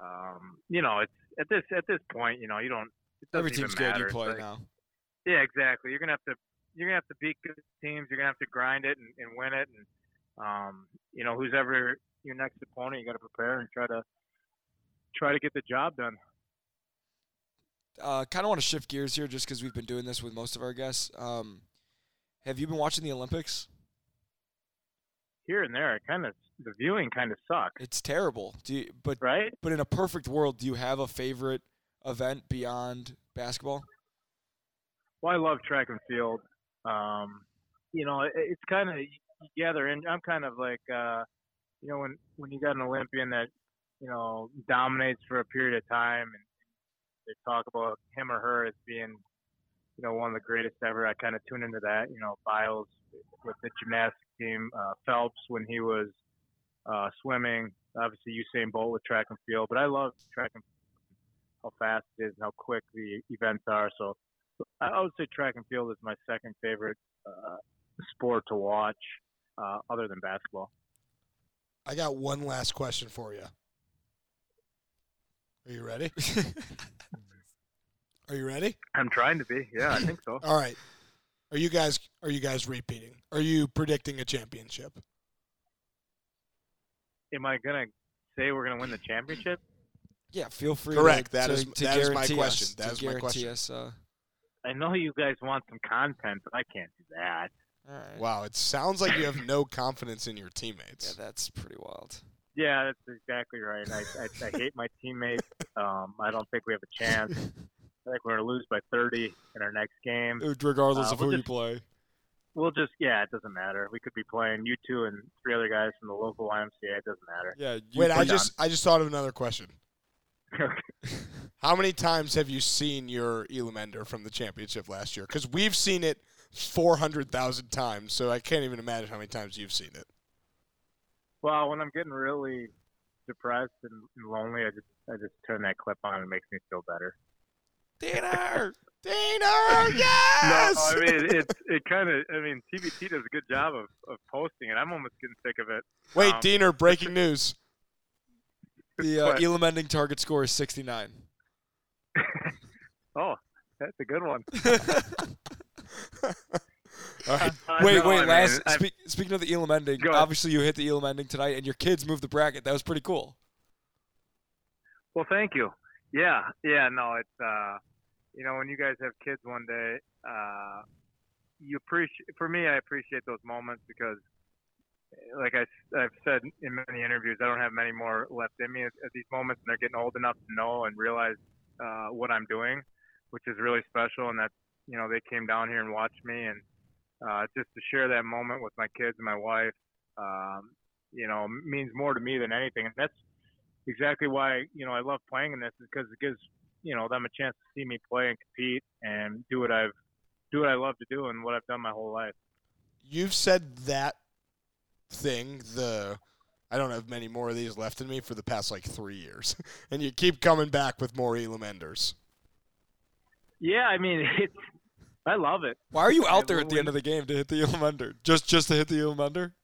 S9: Um, you know, it's at this at this point, you know, you don't. It doesn't
S3: Every
S9: even
S3: team's good. You
S9: matter. It's
S3: play
S9: like-
S3: now.
S9: yeah, exactly. You're gonna have to you're gonna have to beat good teams. You're gonna have to grind it and, and win it. And um, you know, who's ever your next opponent, you got to prepare and try to try to get the job done.
S3: uh, kind of want to shift gears here just because we've been doing this with most of our guests. Um, have you been watching the Olympics?
S9: Here and there, it kind of the viewing kind of sucks,
S3: It's terrible. Do you, but
S9: right?
S3: but in a perfect world, do you have a favorite event beyond basketball?
S9: Well, I love track and field. Um, you know, it, it's kind of you gather in. I'm kind of like, uh, you know, when when you got an Olympian that you know dominates for a period of time, and they talk about him or her as being, you know, one of the greatest ever. I kind of tune into that. You know, Biles with the gymnastics team, uh, Phelps when he was uh, swimming, obviously Usain Bolt with track and field. But I love track and how fast it is and how quick the events are. So I I would say track and field is my second favorite uh, sport to watch, uh, other than basketball.
S2: I got one last question for you. Are you ready? Are you ready?
S9: I'm trying to be. Yeah, I think so.
S2: All right. Are you guys are you guys repeating? Are you predicting a championship?
S9: Am I gonna say we're gonna win the championship?
S3: Yeah, feel free.
S2: Correct.
S3: To,
S2: That
S3: to,
S2: is-
S3: to
S2: that is my
S3: guarantee
S2: question.
S3: Us,
S2: That
S3: to
S2: is my
S3: guarantee
S2: question.
S3: Us, uh,
S9: I know you guys want some content, but I can't do that.
S3: all right.
S2: Wow, it sounds like you have no confidence in your
S3: Yeah,
S2: teammates.
S3: that's pretty wild.
S9: Yeah, that's exactly right. I, I, I hate my teammates. Um, I don't think we have a chance. I think we're gonna lose by 30 in our next game.
S3: Regardless
S9: Uh,
S3: of
S9: we'll
S3: who you
S9: just-
S3: play,
S9: We'll just yeah, it doesn't matter. We could be playing you two and three other guys from the local YMCA. It doesn't matter.
S3: yeah. You
S2: Wait,
S3: play
S2: I just I just thought of another question.
S9: Okay.
S2: How many times have you seen your Elam Ender from the championship last year? Because we've seen it 400,000 times, so I can't even imagine how many times you've seen it.
S9: Well, when I'm getting really depressed and, and lonely, I just I just turn that clip on and it makes me feel better.
S2: Diener! Diener! Yes!
S9: No, I mean it- it's it kind of. I mean, TBT does a good job of, of posting it. I'm almost getting sick of it.
S2: Wait,
S9: um,
S2: Diener, breaking news.
S3: The uh,
S9: But-
S3: Elam ending target score is 69.
S9: Oh, that's a good one.
S2: All right.
S9: Uh,
S3: wait,
S9: no,
S3: wait.
S9: I mean,
S3: last
S9: I-
S3: speak, speaking of the Elam ending,
S9: Go ahead.
S3: obviously you hit the Elam ending tonight, and your kids moved the bracket. That was pretty cool.
S9: Well, thank you. Yeah, yeah, no, it's uh, you know, when you guys have kids one day, uh, you appreciate. For me, I appreciate those moments because, like I, have said in many interviews, I don't have many more left in me at, at these moments, and they're getting old enough to know and realize uh, what I'm doing, which is really special. And that you know, they came down here and watched me, and uh, just to share that moment with my kids and my wife, um, you know, means more to me than anything. And that's exactly why you know I love playing in this is because it gives you know them a chance to see me play and compete and do what I've do what I love to do and what I've done my whole life.
S2: You've said that thing, the I don't have many more of these left in me for the past like three years. And you keep coming back with more Elam Enders.
S9: Yeah, I mean it's I love it.
S3: Why are you
S9: Yeah,
S3: out there
S9: but
S3: at the
S9: when-
S3: end of the game to hit the Elam under? Just just to hit the Elam under?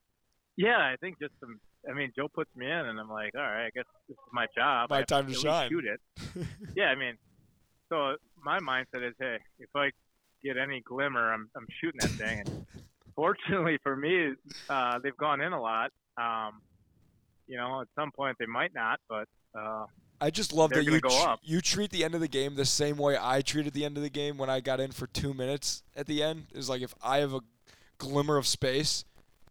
S9: Yeah, I think just some. I mean, Joe puts me in, and I'm like, all right, I guess this is my job.
S3: My
S9: I have
S3: time to
S9: at least
S3: shine.
S9: Shoot it. yeah, I mean, so my mindset is, hey, if I get any glimmer, I'm I'm shooting that thing. And fortunately for me, uh, they've gone in a lot. Um, you know, at some point they might not, but uh,
S3: I just love
S9: They're
S3: that you
S9: gonna go
S3: tr-
S9: up.
S3: you treat the end of the game the same way I treated the end of the game when I got in for two minutes at the end. Is like if I have a glimmer of space,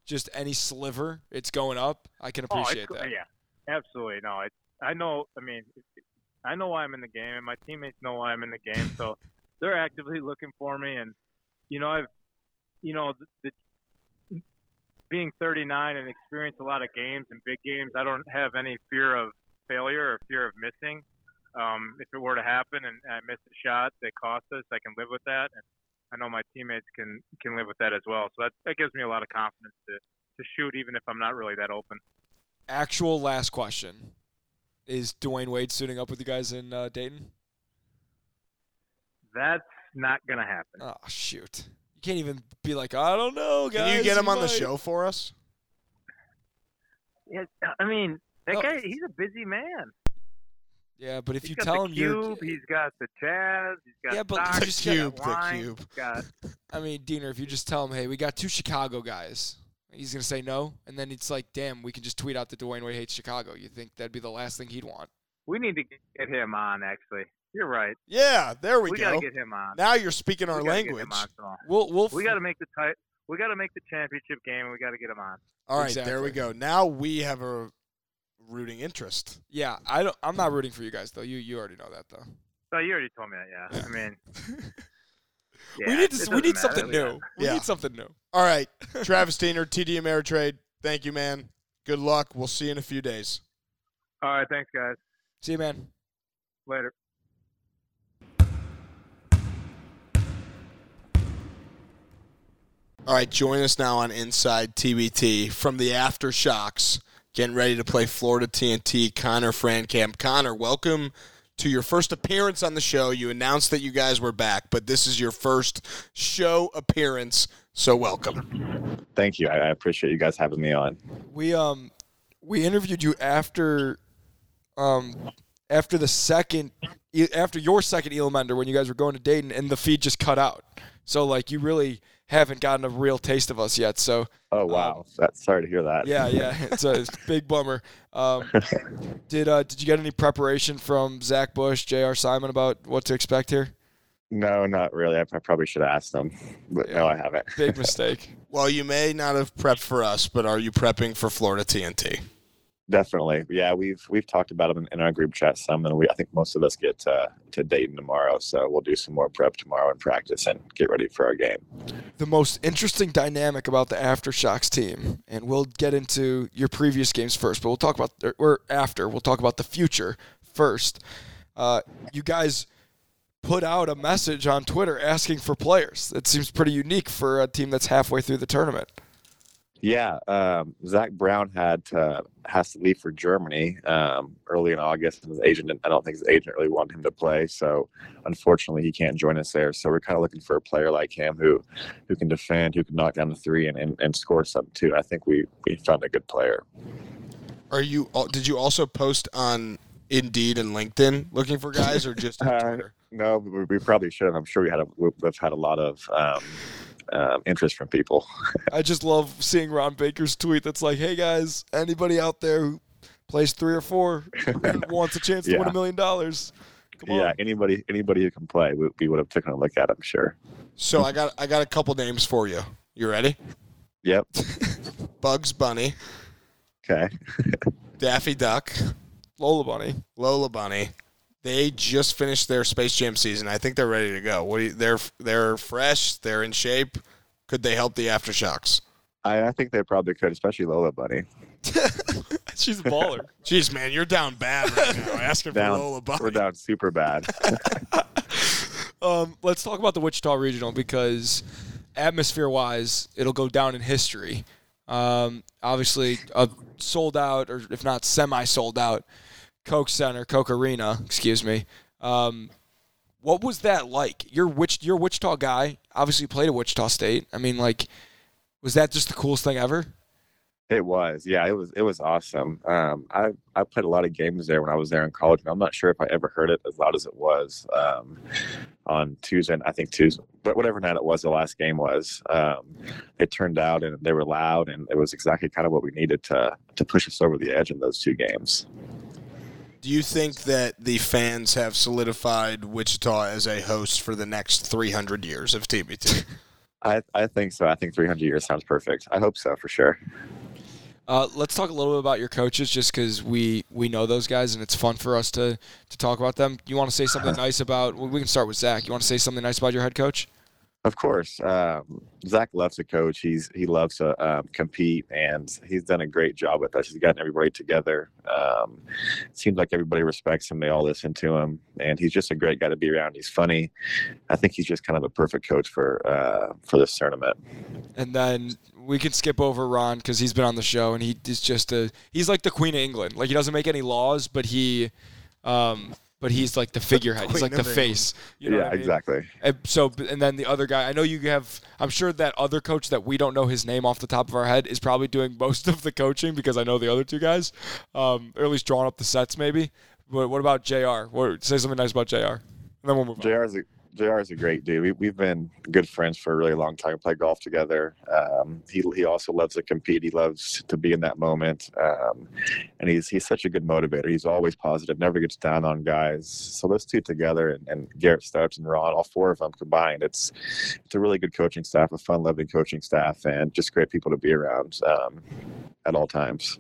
S3: just any sliver, it's going up. I can
S9: oh, it's
S3: appreciate
S9: go-
S3: that.
S9: Yeah, absolutely. No, it's I know. I mean, I know why I'm in the game, and my teammates know why I'm in the game, so they're actively looking for me. And you know, I've you know, the, the, being 39 and experienced a lot of games and big games, I don't have any fear of failure or fear of missing. Um, if it were to happen and I miss a shot that cost us, I can live with that. And I know my teammates can can live with that as well. So that, that gives me a lot of confidence to, to shoot, even if I'm not really that open.
S3: Actual last question: Is Dwayne Wade suiting up with you guys in uh, Dayton?
S9: That's not gonna happen.
S3: Oh shoot! You can't even be like, I don't know, guys.
S2: Can you get him
S3: he
S2: on the
S3: might."
S2: show for us?
S9: Yeah, I mean, that
S3: Oh.
S9: guy, he's a busy man.
S3: Yeah, but if
S9: He's
S3: you
S9: got
S3: tell
S9: the
S3: him
S9: cube,
S3: you're,
S9: he's got the jazz, he's got
S3: Yeah, but
S9: socks,
S2: The
S9: he's got
S2: cube, the
S9: wine,
S2: cube.
S9: he's got
S3: I mean, Diener, if you just tell him, hey, we got two Chicago guys, he's gonna say no, and then it's like, damn, we can just tweet out that Dwayne Wade hates Chicago. You think that'd be the last thing he'd want?
S9: We need to get him on. Actually, you're right.
S2: Yeah, there we,
S9: We,
S2: go.
S9: gotta get him on.
S2: now you're speaking
S9: We
S2: our
S9: gotta get him
S2: language.
S9: on some.
S3: We'll we'll
S9: We gotta make the tight. We gotta make the championship game. We gotta get him on.
S2: All right, there we
S3: Exactly.
S2: go. Now we have a rooting interest.
S3: yeah. I don't. I'm not rooting for you guys though. You you already know that though.
S9: So you already told me that. Yeah. I mean,
S3: we
S9: yeah,
S3: need
S9: it
S3: to, we need
S9: doesn't matter.
S3: something
S9: We got-
S3: new. We
S2: Yeah.
S3: need something new.
S2: All right, Travis Diener, TD Ameritrade. Thank you, man. Good luck. We'll see you in a few days.
S9: All right. Thanks, guys.
S3: See you, man.
S9: Later.
S2: All right, join us now on Inside TBT from the aftershocks, getting ready to play Florida TNT. Connor Frankamp, Connor, welcome to your first appearance on the show. You announced that you guys were back, but this is your first show appearance, so welcome.
S5: Thank you. I, I appreciate you guys having me on.
S3: We um we interviewed you after um after the second e- after your second Elamander when you guys were going to Dayton and the feed just cut out. So like you really haven't gotten a real taste of us yet. So
S5: Oh wow, that's sorry to hear that.
S3: yeah, yeah, it's a big bummer. Um, did uh, did you get any preparation from Zach Bush, J.R. Simon about what to expect here?
S5: No, not really. I, I probably should have asked them, but no, I haven't.
S3: Big mistake.
S2: Well, you may not have prepped for us, but are you prepping for Florida TNT?
S5: Definitely. Yeah, we've we've talked about them in our group chat some, and we I think most of us get to, to Dayton tomorrow, so we'll do some more prep tomorrow and practice and get ready for our game.
S3: the most interesting dynamic about the aftershocks team and we'll get into your previous games first but we'll talk about or after we'll talk about the future first uh, you guys put out a message on Twitter asking for players. That seems pretty unique for a team that's halfway through the tournament.
S5: Yeah, um, Zach Brown had to, has to leave for Germany um, early in August, and his agent didn't- I don't think his agent really wanted him to play, so unfortunately he can't join us there. So we're kind of looking for a player like him who who can defend, who can knock down the three, and and, and score some too. I think we we found a good player.
S2: Are you? al- Did you also post on Indeed and LinkedIn looking for guys, or just on
S5: Uh,
S2: Twitter?
S5: No, we, we probably should have. I'm sure we had a, we've had a lot of um, um, interest from people.
S3: I just love seeing Ron Baker's tweet that's like, hey guys, anybody out there who plays three or four who wants a chance to win a
S5: Yeah.
S3: million dollars? Come
S5: yeah,
S3: on.
S5: anybody anybody who can play, we, we would have taken a look at. I'm sure.
S2: So I got I got a couple names for you. You ready?
S5: Yep.
S2: Bugs Bunny,
S5: Okay.
S2: Daffy Duck,
S3: Lola Bunny.
S2: Lola Bunny. They just finished their Space Jam season. I think they're ready to go. What do you, they're they're fresh. They're in shape. Could they help the aftershocks?
S5: I, I think they probably could, especially Lola Bunny.
S3: She's a baller.
S2: Jeez, man, you're down bad right now. Asking
S5: Down.
S2: for Lola Bunny.
S5: We're down super bad.
S3: Um, let's talk about the Wichita Regional because atmosphere wise, it'll go down in history. Um, obviously, a sold out, or if not semi sold out, Coke Center, Coke Arena, excuse me. Um, what was that like? You're, Wich- you're a Wichita guy, obviously you played at Wichita State. I mean, like, was that just the coolest thing ever?
S5: It was, yeah, it was, it was awesome. Um, I I played a lot of games there when I was there in college, and I'm not sure if I ever heard it as loud as it was um, on Tuesday. I think Tuesday, but whatever night it was, the last game was. Um, it turned out, and they were loud, and it was exactly kind of what we needed to to push us over the edge in those two games.
S2: Do you think that the fans have solidified Wichita as a host for the next 300 years of TBT?
S5: I I think so. I think 300 years sounds perfect. I hope so for sure.
S3: Uh, let's talk a little bit about your coaches, just because we, we know those guys and it's fun for us to, to talk about them. You want to say something nice about? Well, we can start with Zach. You want to say something nice about your head coach?
S5: Of course, um, Zach loves to coach. He's he loves to um, compete, and he's done a great job with us. He's gotten everybody together. Um, it seems like everybody respects him. They all listen to him, and he's just a great guy to be around. He's funny. I think he's just kind of a perfect coach for uh, for this tournament.
S3: And then we can skip over Ron because he's been on the show and he is just a he's like the Queen of England. Like he doesn't make any laws, but he, um, but he's like the figurehead. he's
S2: Queen
S3: like the
S2: of England.
S3: face. You know
S5: yeah,
S3: what I mean?
S5: exactly.
S3: And so and then the other guy, I know you have. I'm sure that other coach that we don't know his name off the top of our head is probably doing most of the coaching because I know the other two guys, um, or at least drawing up the sets maybe. But what about Jr? What, say something nice about Jr. And then we'll move on.
S5: Jr. is a Jr. is a great dude. We, we've been good friends for a really long time. Play golf together. Um, he he also loves to compete. He loves to be in that moment, um, and he's he's such a good motivator. He's always positive. Never gets down on guys. So those two together, and, and Garrett Stubbs and Ron, all four of them combined, it's it's a really good coaching staff, a fun-loving coaching staff, and just great people to be around um, at all times.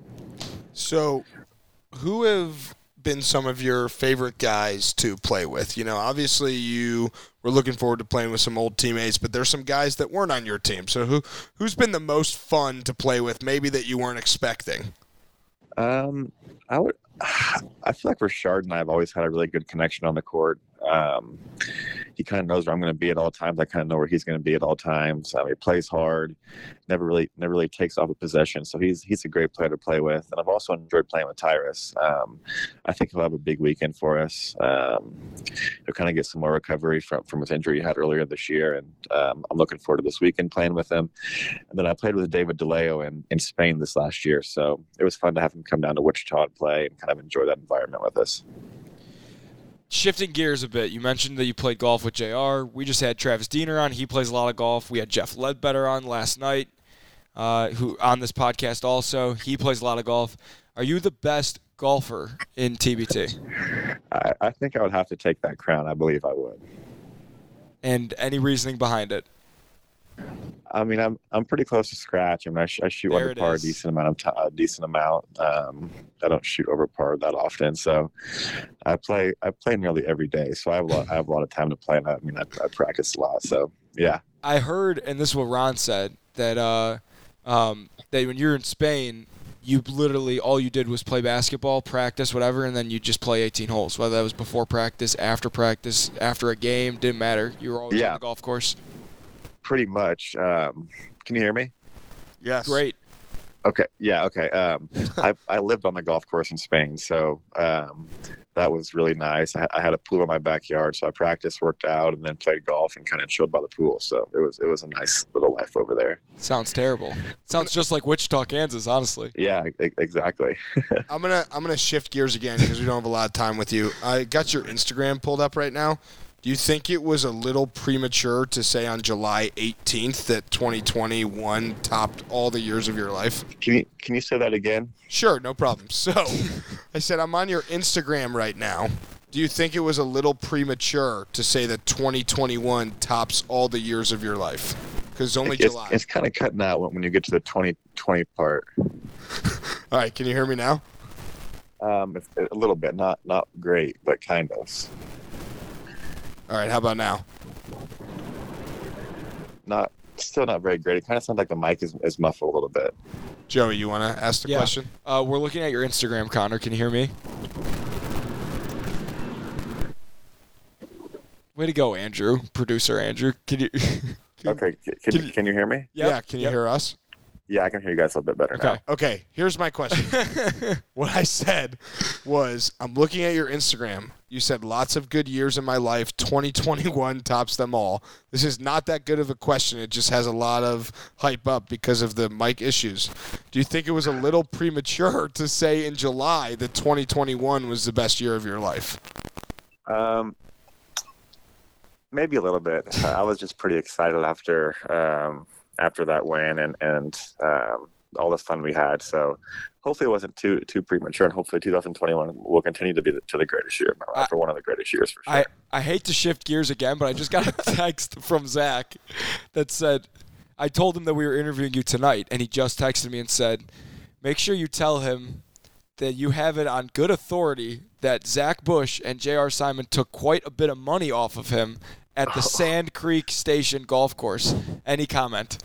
S2: so, who have been some of your favorite guys to play with? You know, obviously you were looking forward to playing with some old teammates, but there's some guys that weren't on your team. So, who who's been the most fun to play with? Maybe that you weren't expecting.
S5: Um, I would. I feel like Rashard and I have always had a really good connection on the court. Um, he kind of knows where I'm going to be at all times. I kind of know where he's going to be at all times. Um, he plays hard, never really, never really takes off a possession. So he's he's a great player to play with. And I've also enjoyed playing with Tyrus. Um, I think he'll have a big weekend for us. Um, he'll kind of get some more recovery from from his injury he had earlier this year, and um, I'm looking forward to this weekend playing with him. And then I played with David DeLeo in, in Spain this last year. So it was fun to have him come down to Wichita and play and kind of enjoy that environment with us.
S3: Shifting gears a bit, you mentioned that you played golf with JR. We just had Travis Diener on. He plays a lot of golf. We had Jeff Ledbetter on last night, uh, who on this podcast also. He plays a lot of golf. Are you the best golfer in TBT?
S5: I, I think I would have to take that crown. I believe I would.
S3: And any reasoning behind it?
S5: I mean, I'm I'm pretty close to scratch. I mean, I, sh- I shoot
S3: There
S5: under
S3: it
S5: par a
S3: is.
S5: decent amount of time, a decent amount. Um, I don't shoot over par that often, so I play I play nearly every day. So I have a lot, I have a lot of time to play. And I, I mean, I, I practice a lot. So yeah,
S3: I heard, and this is what Ron said, that uh, um, that when you're in Spain, you literally all you did was play basketball, practice, whatever, and then you just play 18 holes. Whether that was before practice, after practice, after a game, didn't matter. You were always
S5: Yeah.
S3: on the golf course.
S5: pretty much. Um, can you hear me?
S2: Yes.
S3: Great.
S5: Okay. Yeah. Okay. Um, I, I lived on the golf course in Spain, so um, that was really nice. I, I had a pool in my backyard, so I practiced, worked out, and then played golf and kind of chilled by the pool. So it was it was a nice little life over there.
S3: Sounds terrible. Sounds just like Wichita, Kansas, honestly.
S5: Yeah. e- exactly.
S2: I'm gonna I'm gonna shift gears again because we don't have a lot of time with you. I got your Instagram pulled up right now. Do you think it was a little premature to say on July 18th that 2021 topped all the years of your life?
S5: Can you can you say that again?
S2: Sure, no problem. So, I said I'm on your Instagram right now. Do you think it was a little premature to say that 2021 tops all the years of your life? Because only
S5: it's
S2: July.
S5: it's kind of cutting out when, when you get to the 2020 part.
S2: all right, can you hear me now?
S5: Um, it's a little bit, not not great, but kind of.
S2: All right, how about now?
S5: Not still not very great. It kind of sounds like the mic is, is muffled a little bit.
S2: Joey, you want to ask the
S3: Yeah.
S2: question?
S3: Uh, we're looking at your Instagram, Connor. Can you hear me? Way to go, Andrew, producer Andrew. Can you?
S5: Okay. c- Can,
S3: Can
S5: can,
S3: you-
S5: can you hear me?
S2: Yeah, can you
S3: yep.
S2: hear us?
S5: Yeah, I can hear you guys a little bit better now.
S3: Okay.
S2: Okay, here's my question. what I said was I'm looking at your Instagram. You said lots of good years in my life. 2021 tops them all. This is not that good of a question. It just has a lot of hype up because of the mic issues. Do you think it was a little premature to say in July that 2021 was the best year of your life?
S5: Um, maybe a little bit. Uh, I was just pretty excited after um, after that win and and um, all the fun we had. So hopefully it wasn't too too premature, and hopefully 2021 will continue to be the, to the greatest year of my life, or one of the greatest years for sure.
S3: I, I hate to shift gears again, but I just got a text from Zach that said, I told him that we were interviewing you tonight, and he just texted me and said, Make sure you tell him that you have it on good authority that Zach Bush and J.R. Simon took quite a bit of money off of him at the Sand Creek Station golf course. Any comment?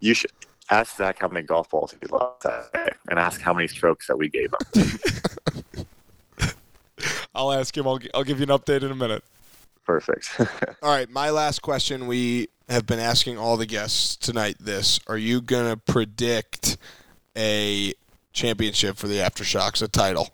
S5: you should ask Zach how many golf balls he lost that day, and ask how many strokes that we gave him.
S3: I'll ask him. I'll, gi- I'll give you an update in a minute.
S5: Perfect.
S2: All right, my last question. We have been asking all the guests tonight this. Are you going to predict a championship for the Aftershocks, a title?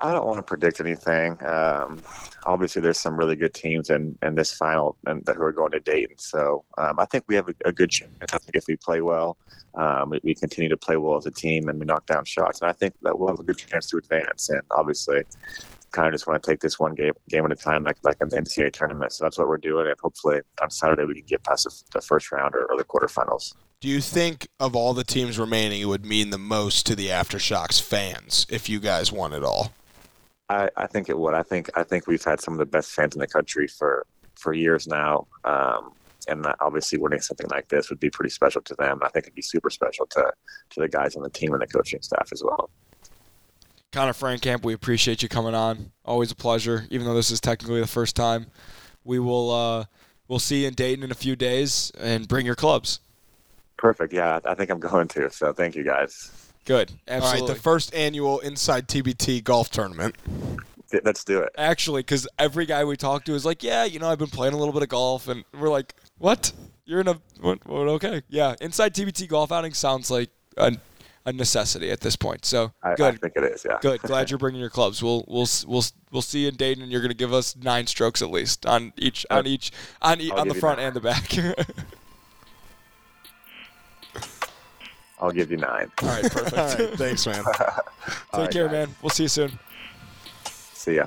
S5: I don't want to predict anything. Um, obviously, there's some really good teams in, in this final and that who are going to Dayton. So um, I think we have a, a good chance. I think if we play well, um, we, we continue to play well as a team and we knock down shots, and I think that we'll have a good chance to advance. And obviously, kind of just want to take this one game game at a time, like like in the NCAA tournament. So that's what we're doing, and hopefully on Saturday we can get past the, the first round or, or the quarterfinals.
S2: Do you think of all the teams remaining, it would mean the most to the Aftershocks fans if you guys won it all?
S5: I, I think it would. I think I think we've had some of the best fans in the country for for years now, um, and that obviously winning something like this would be pretty special to them. I think it'd be super special to to the guys on the team and the coaching staff as well.
S3: Connor Frankamp, we appreciate you coming on. Always a pleasure, even though this is technically the first time. We will uh, we'll see you in Dayton in a few days and bring your clubs.
S5: Perfect. Yeah, I think I'm going to. So thank you guys.
S3: Good.
S2: All right,
S3: Absolutely.
S2: the first annual Inside TBT golf tournament.
S5: Th- Let's do it.
S3: Actually, because every guy we talk to is like, yeah, you know, I've been playing a little bit of golf. And we're like, what? You're in a. What, what, okay. Yeah. Inside TBT golf outing sounds like a, a necessity at this point. So
S5: I, I
S3: good.
S5: think it is. Yeah.
S3: Good. Glad you're bringing your clubs. We'll we'll s- we'll s- we'll see you in Dayton, and you're gonna give us nine strokes at least on each on each on e-
S5: I'll
S3: on the
S5: give you
S3: front
S5: nine.
S3: and the back.
S5: I'll give you nine.
S2: All right, perfect. all right, thanks, man.
S3: Take care, man. We'll see you soon.
S5: See ya.